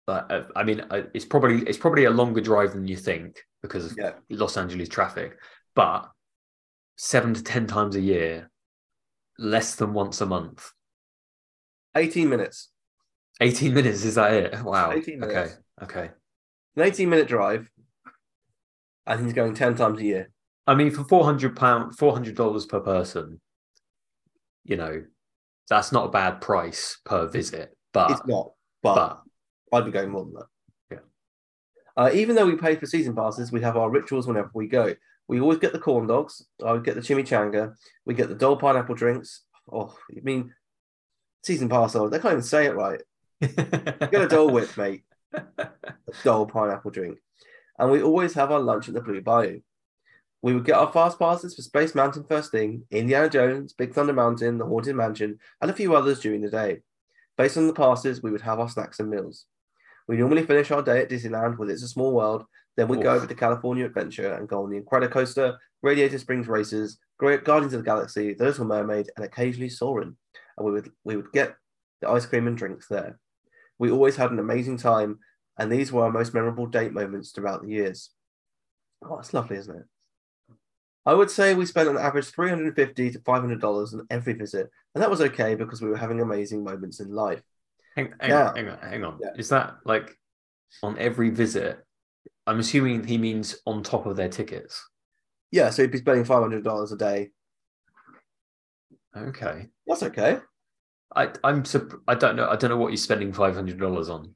Speaker 2: But uh, I mean, uh, it's probably it's probably a longer drive than you think because of
Speaker 1: Yeah.
Speaker 2: Los Angeles traffic, but seven to ten times a year, less than once a month.
Speaker 1: 18 minutes.
Speaker 2: 18 minutes, is that it? Wow.
Speaker 1: 18
Speaker 2: okay.
Speaker 1: minutes.
Speaker 2: Okay.
Speaker 1: an 18 minute drive and he's going 10 times a year.
Speaker 2: I mean, for four hundred pound, four hundred dollars per person, you know, that's not a bad price per visit. But
Speaker 1: it's not, but
Speaker 2: but
Speaker 1: I'd be going more than that. Uh, even though we pay for season passes, we have our rituals whenever we go. We always get the corn dogs. I would get the chimichanga. We get the dole pineapple drinks. Oh, I mean, season pass holders, they can't even say it right. Get a dole whip, mate. A dole pineapple drink. And we always have our lunch at the Blue Bayou. We would get our fast passes for Space Mountain first thing, Indiana Jones, Big Thunder Mountain, the Haunted Mansion, and a few others during the day. Based on the passes, we would have our snacks and meals. We normally finish our day at Disneyland with It's a Small World. Then we go
Speaker 2: Oof.
Speaker 1: over to California Adventure and go on the Incredicoaster, Radiator Springs Races, Great Guardians of the Galaxy, The Little Mermaid, and occasionally Soarin'. And we would we would get the ice cream and drinks there. We always had an amazing time, and these were our most memorable date moments throughout the years. Oh, that's lovely, isn't it? I would say we spent an average $350 to $500 on every visit, and that was okay because we were having amazing moments in life.
Speaker 2: hang, hang
Speaker 1: Yeah.
Speaker 2: on, hang on, hang on.
Speaker 1: Yeah.
Speaker 2: Is that like on every visit? I'm assuming he means on top of their tickets.
Speaker 1: Yeah, so you'd be spending $500 a day.
Speaker 2: Okay.
Speaker 1: That's okay.
Speaker 2: I I'm surp- I don't know I don't know what he's spending five hundred dollars on.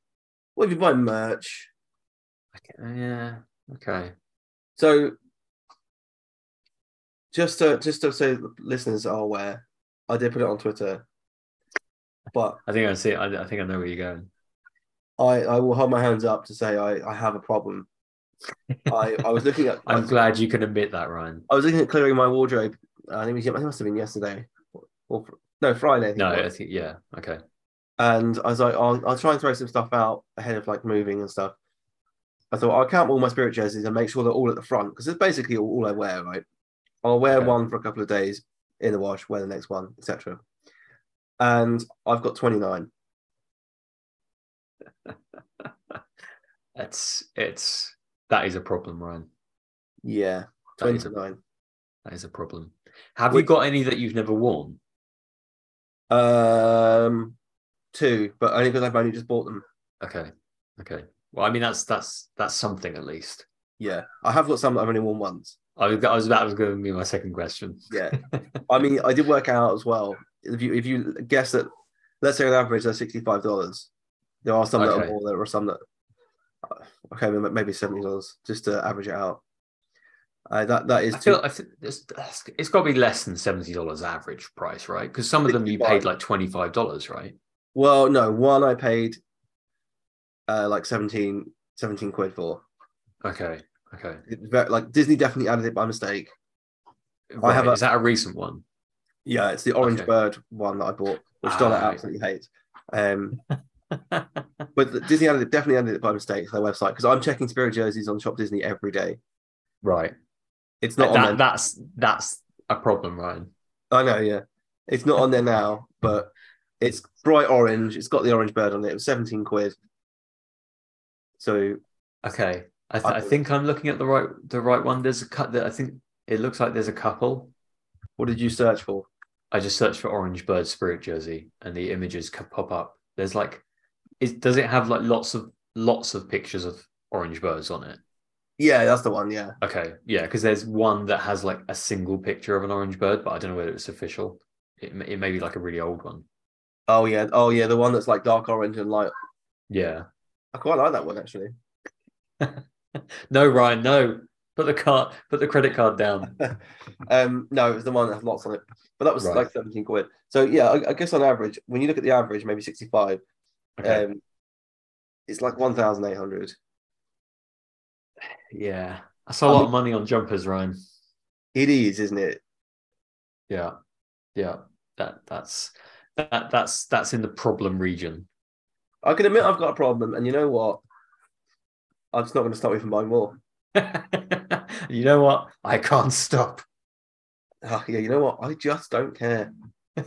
Speaker 1: Well, if you buy merch,
Speaker 2: Okay, Yeah. Okay.
Speaker 1: so just to just to so the listeners are aware, I did put it on Twitter, but
Speaker 2: I think I see. I, I think I know where you're going.
Speaker 1: I I will hold my hands up to say I I have a problem. I I was looking at I,
Speaker 2: I'm glad you can admit that, Ryan.
Speaker 1: was looking at clearing my wardrobe. I think it was- it must have been yesterday, or no Friday. I think it
Speaker 2: No,
Speaker 1: was.
Speaker 2: I think yeah. Okay.
Speaker 1: And I was like, I'll, I'll try and throw some stuff out ahead of like moving and stuff. I thought I'll count all my spirit jerseys and make sure they're all at the front because it's basically all, all I wear, right? I'll wear
Speaker 2: Okay.
Speaker 1: one for a couple of days in the wash, wear the next one, etc. And I've got 29.
Speaker 2: It's it's that is a problem, Ryan.
Speaker 1: Yeah,
Speaker 2: That is a
Speaker 1: 29.
Speaker 2: that is a problem. Have
Speaker 1: Which-
Speaker 2: you got any that you've never worn?
Speaker 1: Um, two, but only because I've only just bought them.
Speaker 2: Okay. Okay. Well, I mean that's that's that's something at least.
Speaker 1: Yeah, I have got some that I've only worn once.
Speaker 2: I was I was that was going to be my second question.
Speaker 1: Yeah, I mean, I did work out as well. If you if you guess that, let's say on average they're sixty five dollars. There are some that are
Speaker 2: Okay.
Speaker 1: more. There are some that uh, okay, ma- maybe seventy dollars just to average it out. Uh, that that is
Speaker 2: I
Speaker 1: too,
Speaker 2: feel I feel it's, it's got to be less than seventy dollars average price, right? Because some of them you paid
Speaker 1: 65.
Speaker 2: like twenty five dollars, right?
Speaker 1: well. No, one I paid uh, like 17, 17 quid for.
Speaker 2: Okay. Okay.
Speaker 1: It was very- Like Disney definitely added it by mistake.
Speaker 2: Right.
Speaker 1: have a-
Speaker 2: Is that a recent one?
Speaker 1: Yeah, it's the orange
Speaker 2: Okay.
Speaker 1: bird one that I bought, which Donna
Speaker 2: Ah.
Speaker 1: absolutely hates. Um, but the- Disney added it, definitely added it by mistake to their website because I'm checking Spirit jerseys on Shop Disney every day.
Speaker 2: Right.
Speaker 1: It's not on
Speaker 2: That-
Speaker 1: there.
Speaker 2: that's that's a problem, Ryan.
Speaker 1: I know, yeah. It's not on there now, but it's bright orange. It's got the orange bird on it. It was 17 quid. So
Speaker 2: Okay. I, th-
Speaker 1: I-
Speaker 2: I think I'm looking at the right the right one. There's a cut that I think it looks like there's a couple.
Speaker 1: what did you search for?
Speaker 2: I just searched for Orange Bird Spirit jersey and the images can pop up. There's like is does it have like lots of lots of pictures of orange birds on it?
Speaker 1: Yeah, that's the one. Yeah.
Speaker 2: Okay. Yeah, because there's one that has like a single picture of an orange bird, but I don't know whether it's official. It, m- it may be like a really old one.
Speaker 1: Oh, yeah. Oh, yeah. The one that's like dark orange and light.
Speaker 2: Yeah.
Speaker 1: I quite like that one, actually.
Speaker 2: No, Ryan, no. Put the card put the credit card down.
Speaker 1: um, no, it was the one that had lots on it, but that was
Speaker 2: Right.
Speaker 1: like 17 quid. So, yeah, I, I guess on average, when you look at the average, maybe 65,
Speaker 2: Okay.
Speaker 1: um, it's like 1,800.
Speaker 2: Yeah. That's a
Speaker 1: I
Speaker 2: lot
Speaker 1: mean-
Speaker 2: of money on jumpers, Ryan.
Speaker 1: It is, isn't it?
Speaker 2: Yeah. Yeah. That that's that that's that's in the problem region.
Speaker 1: I can admit I've got a problem, and you know what? I'm just not going to stop me from buying more.
Speaker 2: you know what? I can't stop.
Speaker 1: Ah, yeah, you know what? I just don't care.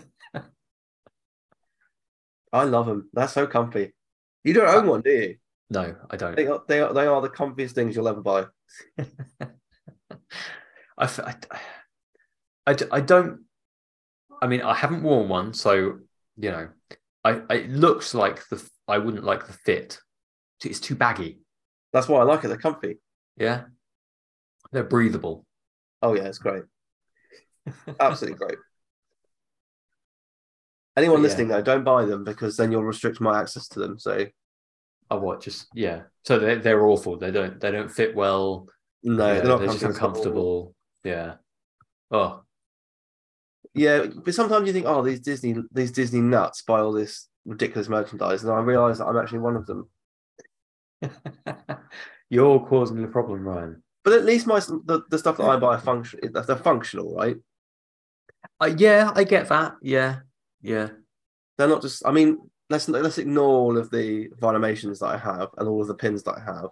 Speaker 1: I love them. They're so comfy. You don't
Speaker 2: Uh,
Speaker 1: own one, do you?
Speaker 2: No, I don't.
Speaker 1: They are, they are, they are the comfiest things you'll ever buy.
Speaker 2: I, f- I, I d- I don't. I mean, I haven't worn one, so you know, I, I it looks like the f- I wouldn't like the fit. It's too baggy.
Speaker 1: That's why I like it. They're comfy.
Speaker 2: Yeah, they're breathable.
Speaker 1: Oh yeah, it's great. Absolutely great. Anyone
Speaker 2: But yeah.
Speaker 1: listening though, don't buy them because then you'll restrict my access to them. So
Speaker 2: Oh, what? Just yeah. So they they're awful. They don't they don't fit well.
Speaker 1: no,
Speaker 2: Yeah,
Speaker 1: they're not
Speaker 2: just uncomfortable. Yeah. Oh
Speaker 1: Yeah, but sometimes you think, oh, these Disney, these Disney nuts buy all this ridiculous merchandise, and I realise that I'm actually one of them.
Speaker 2: You're causing the problem, Ryan.
Speaker 1: But at least my the, the stuff that I buy are function, they're functional, right?
Speaker 2: Uh, yeah, I get that. Yeah, yeah,
Speaker 1: They're not just. I mean, let's let's ignore all of the Vinimations that I have and all of the pins that I have.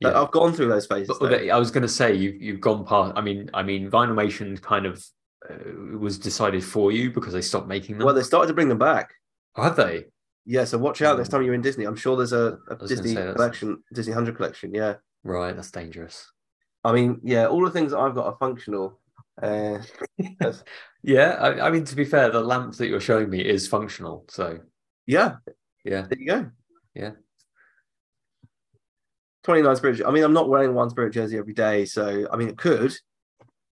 Speaker 2: yeah.
Speaker 1: I've gone through those phases.
Speaker 2: But-
Speaker 1: though.
Speaker 2: but I was going to say you've you've gone past. I mean, I mean, Vinylmation kind of uh, was decided for you because they stopped making them.
Speaker 1: Well, they started to bring them back.
Speaker 2: Oh, have they?
Speaker 1: Yeah, so watch out next time you're in Disney. I'm sure there's a, a
Speaker 2: Um, I was gonna
Speaker 1: Disney
Speaker 2: say that's-
Speaker 1: collection, Disney Hundred collection. Yeah,
Speaker 2: Right, that's dangerous.
Speaker 1: I mean, yeah, all the things that I've got are functional. Uh,
Speaker 2: Yeah, I, I mean, to be fair, the lamp that you're showing me is functional. So
Speaker 1: yeah,
Speaker 2: yeah,
Speaker 1: There you go.
Speaker 2: Yeah.
Speaker 1: 29 spirit. I mean, I'm not wearing one spirit jersey every day, so I mean, it could.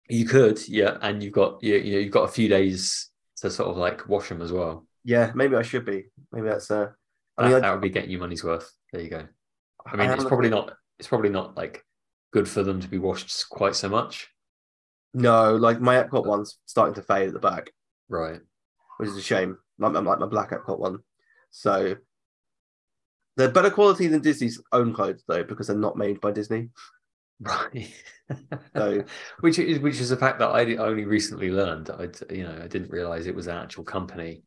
Speaker 2: you could. Yeah, and you've got you, you know, you've got a few days to sort of like wash them as well.
Speaker 1: Yeah, maybe I should be. Maybe that's. Uh, I
Speaker 2: That,
Speaker 1: mean, I,
Speaker 2: that would be getting you money's worth. There you go. I mean,
Speaker 1: am
Speaker 2: it's
Speaker 1: looking-
Speaker 2: probably not. It's probably not like good for them to be washed s- quite so much.
Speaker 1: no. Like my Epcot one's starting to fade at the back,
Speaker 2: Right.
Speaker 1: which is a shame. Like, like my black Epcot one. So they're better quality than Disney's own clothes, though, because they're not made by Disney.
Speaker 2: Right.
Speaker 1: So-
Speaker 2: which is which is a fact that I only recently learned. I you know I didn't realize it was an actual company.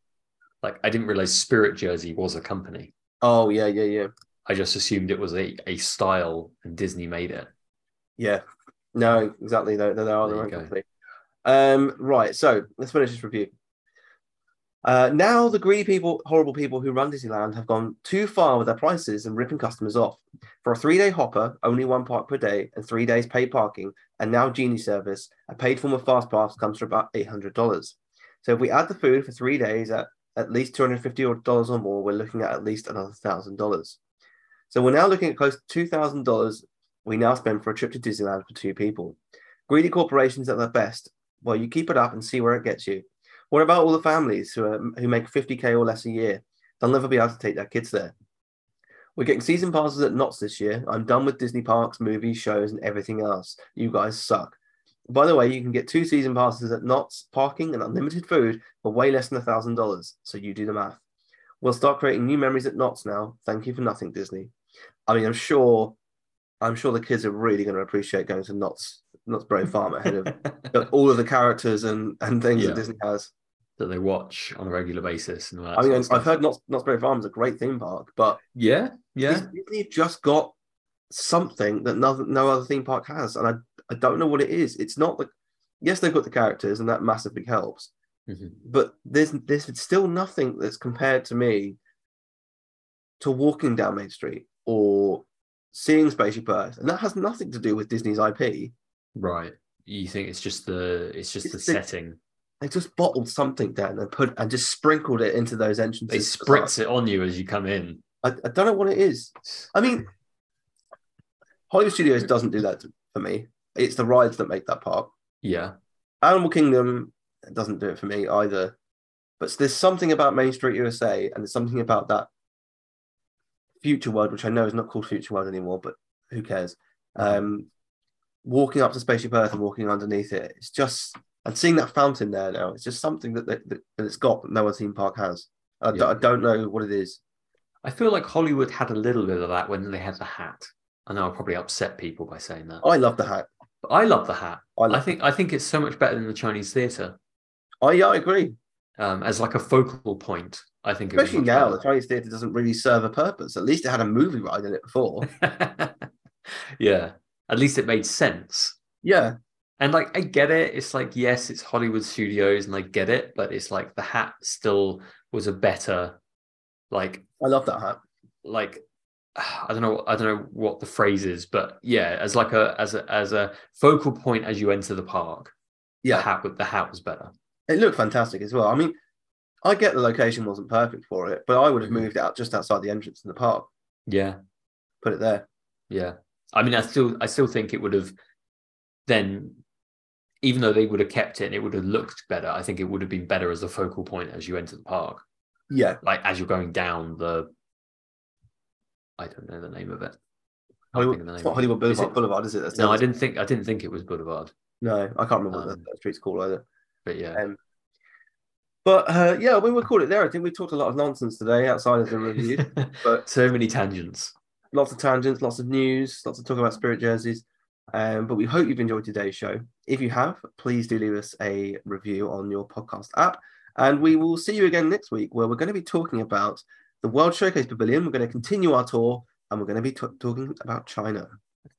Speaker 2: Like I didn't realize Spirit Jersey was a company.
Speaker 1: Oh yeah, yeah, yeah,
Speaker 2: I just assumed it was a, a style and Disney made it.
Speaker 1: yeah. No, exactly. No, they are
Speaker 2: There
Speaker 1: their
Speaker 2: you
Speaker 1: own
Speaker 2: go.
Speaker 1: company. Um, right. So let's finish this review. Uh, now the greedy people, horrible people who run Disneyland have gone too far with their prices and ripping customers off. For a three-day hopper, only one park per day, and three days paid parking, and now genie service, a paid form of fast pass comes to about eight hundred dollars. So if we add the food for three days at at least two hundred fifty dollars or more, we're looking at at least another thousand dollars. So we're now looking at close to two thousand dollars we now spend for a trip to Disneyland for two people. Greedy corporations at their best. Well, you keep it up and see where it gets you. What about all the families who are, who make 50k or less a year? They'll never be able to take their kids there. We're getting season passes at Knott's this year. I'm done with Disney parks, movies, shows, and everything else. You guys suck. By the way, you can get two season passes at Knott's, parking, and unlimited food for way less than $1,000. So you do the math. We'll start creating new memories at Knott's now. Thank you for nothing, Disney. I mean, I'm sure, I'm sure the kids are really going to appreciate going to Knott's, Knott's Berry Farm ahead of but all of the characters and, and things
Speaker 2: Yeah.
Speaker 1: that Disney has.
Speaker 2: that they watch on a regular basis. And all that
Speaker 1: I
Speaker 2: sort
Speaker 1: mean,
Speaker 2: of stuff.
Speaker 1: I've heard Knott's, Knott's Berry Farm is a great theme park, but
Speaker 2: Yeah, yeah.
Speaker 1: Dis- Disney have just got something that no, no other theme park has, and I, I don't know what it is. It's not the yes, they've got the characters, and that massively helps,
Speaker 2: Mhm.
Speaker 1: but there's there's still nothing that's compared to me to walking down Main Street or seeing Spaceship Earth, and that has nothing to do with Disney's IP.
Speaker 2: Right. You think it's just the it's just
Speaker 1: It's
Speaker 2: the
Speaker 1: the-
Speaker 2: setting.
Speaker 1: They just bottled something down and put and just sprinkled it into those entrances.
Speaker 2: They spritz it on you as you come in.
Speaker 1: I, I don't know what it is. I mean, Hollywood Studios doesn't do that to, for me. It's the rides that make that park.
Speaker 2: Yeah.
Speaker 1: Animal Kingdom doesn't do it for me either. But there's something about Main Street USA, and there's something about that Future World, which I know is not called Future World anymore, but who cares? Um, walking up to Spaceship Earth and walking underneath it, it's just and seeing that fountain there now. It's just something that that, that it's got that no other theme park has. I, d-
Speaker 2: Yeah.
Speaker 1: I don't know what it is.
Speaker 2: I feel like Hollywood had a little bit of that when they had the hat. I know I'll probably upset people by saying that.
Speaker 1: I love the hat.
Speaker 2: But I love the hat.
Speaker 1: I
Speaker 2: I
Speaker 1: love.
Speaker 2: think I think it's so much better than the Chinese theatre
Speaker 1: I, Oh, yeah, I agree.
Speaker 2: um, as like a focal point. I think it was
Speaker 1: Especially
Speaker 2: much
Speaker 1: now,
Speaker 2: better.
Speaker 1: the Chinese theatre doesn't really serve a purpose. At least it had a movie ride in it before.
Speaker 2: yeah. At least it made sense.
Speaker 1: yeah,
Speaker 2: And like I get it. It's like yes, it's Hollywood Studios, and I get it. But it's like the hat still was a better, like
Speaker 1: I love that hat.
Speaker 2: like I don't know I don't know what the phrase is, but yeah, as like a as a as a focal point as you enter the park, the
Speaker 1: Yeah,
Speaker 2: hat with the hat was better.
Speaker 1: it looked fantastic as well. I mean, I get the location wasn't perfect for it, but I would have
Speaker 2: Mm-hmm.
Speaker 1: moved it out just outside the entrance in the park,
Speaker 2: Yeah,
Speaker 1: put it there.
Speaker 2: yeah. I mean, I still I still think it would have then even though they would have kept it and it would have looked better, I think it would have been better as a focal point as you enter the park,
Speaker 1: Yeah,
Speaker 2: like as you're going down the. I don't know the name of it. Can't
Speaker 1: Hollywood,
Speaker 2: think of the
Speaker 1: it's
Speaker 2: name.
Speaker 1: not Hollywood
Speaker 2: Is
Speaker 1: Boulevard,
Speaker 2: it-
Speaker 1: Boulevard, is it? That's the
Speaker 2: No, I
Speaker 1: other-
Speaker 2: didn't think I didn't think it was Boulevard,
Speaker 1: No, I can't remember what
Speaker 2: Um,
Speaker 1: the, the street's called either.
Speaker 2: but yeah,
Speaker 1: Um, but uh, yeah, we will call it there. I think we talked a lot of nonsense today outside of the review. but-
Speaker 2: so many tangents.
Speaker 1: lots of tangents, lots of news, lots of talk about spirit jerseys. Um, but we hope you've enjoyed today's show. If you have, please do leave us a review on your podcast app. And we will see you again next week, where we're going to be talking about the World Showcase Pavilion. We're going to continue our tour and we're going to be t- talking about China.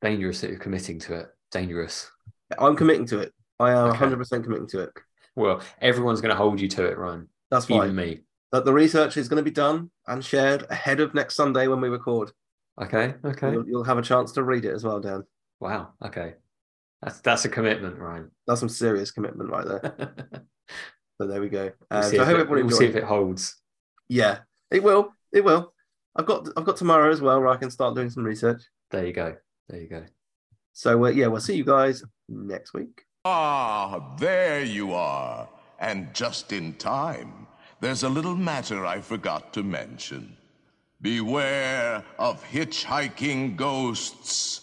Speaker 2: Dangerous that you're committing to it. Dangerous.
Speaker 1: I'm committing to it. I am
Speaker 2: Okay.
Speaker 1: 100% committing to it.
Speaker 2: Well, everyone's going to hold you to it, Ryan.
Speaker 1: That's
Speaker 2: Even
Speaker 1: fine.
Speaker 2: me.
Speaker 1: That the research is going to be done and shared ahead of next Sunday when we record.
Speaker 2: Okay. Okay.
Speaker 1: You'll, you'll have a chance to read it as well, Dan.
Speaker 2: Wow. Okay. That's that's a commitment, Ryan.
Speaker 1: That's some serious commitment right there.
Speaker 2: we'll
Speaker 1: So there we go. Um,
Speaker 2: see
Speaker 1: so I
Speaker 2: if
Speaker 1: hope
Speaker 2: it-
Speaker 1: everybody
Speaker 2: we'll see
Speaker 1: enjoyed.
Speaker 2: if it holds.
Speaker 1: Yeah, it will. It will. I've got I've got tomorrow as well where I can start doing some research.
Speaker 2: There you go. There you go.
Speaker 1: So uh, yeah, we'll see you guys next week.
Speaker 5: Ah, there you are. And just in time. There's a little matter I forgot to mention. Beware of hitchhiking ghosts.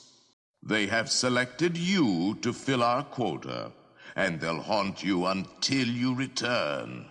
Speaker 5: They have selected you to fill our quota, and they'll haunt you until you return.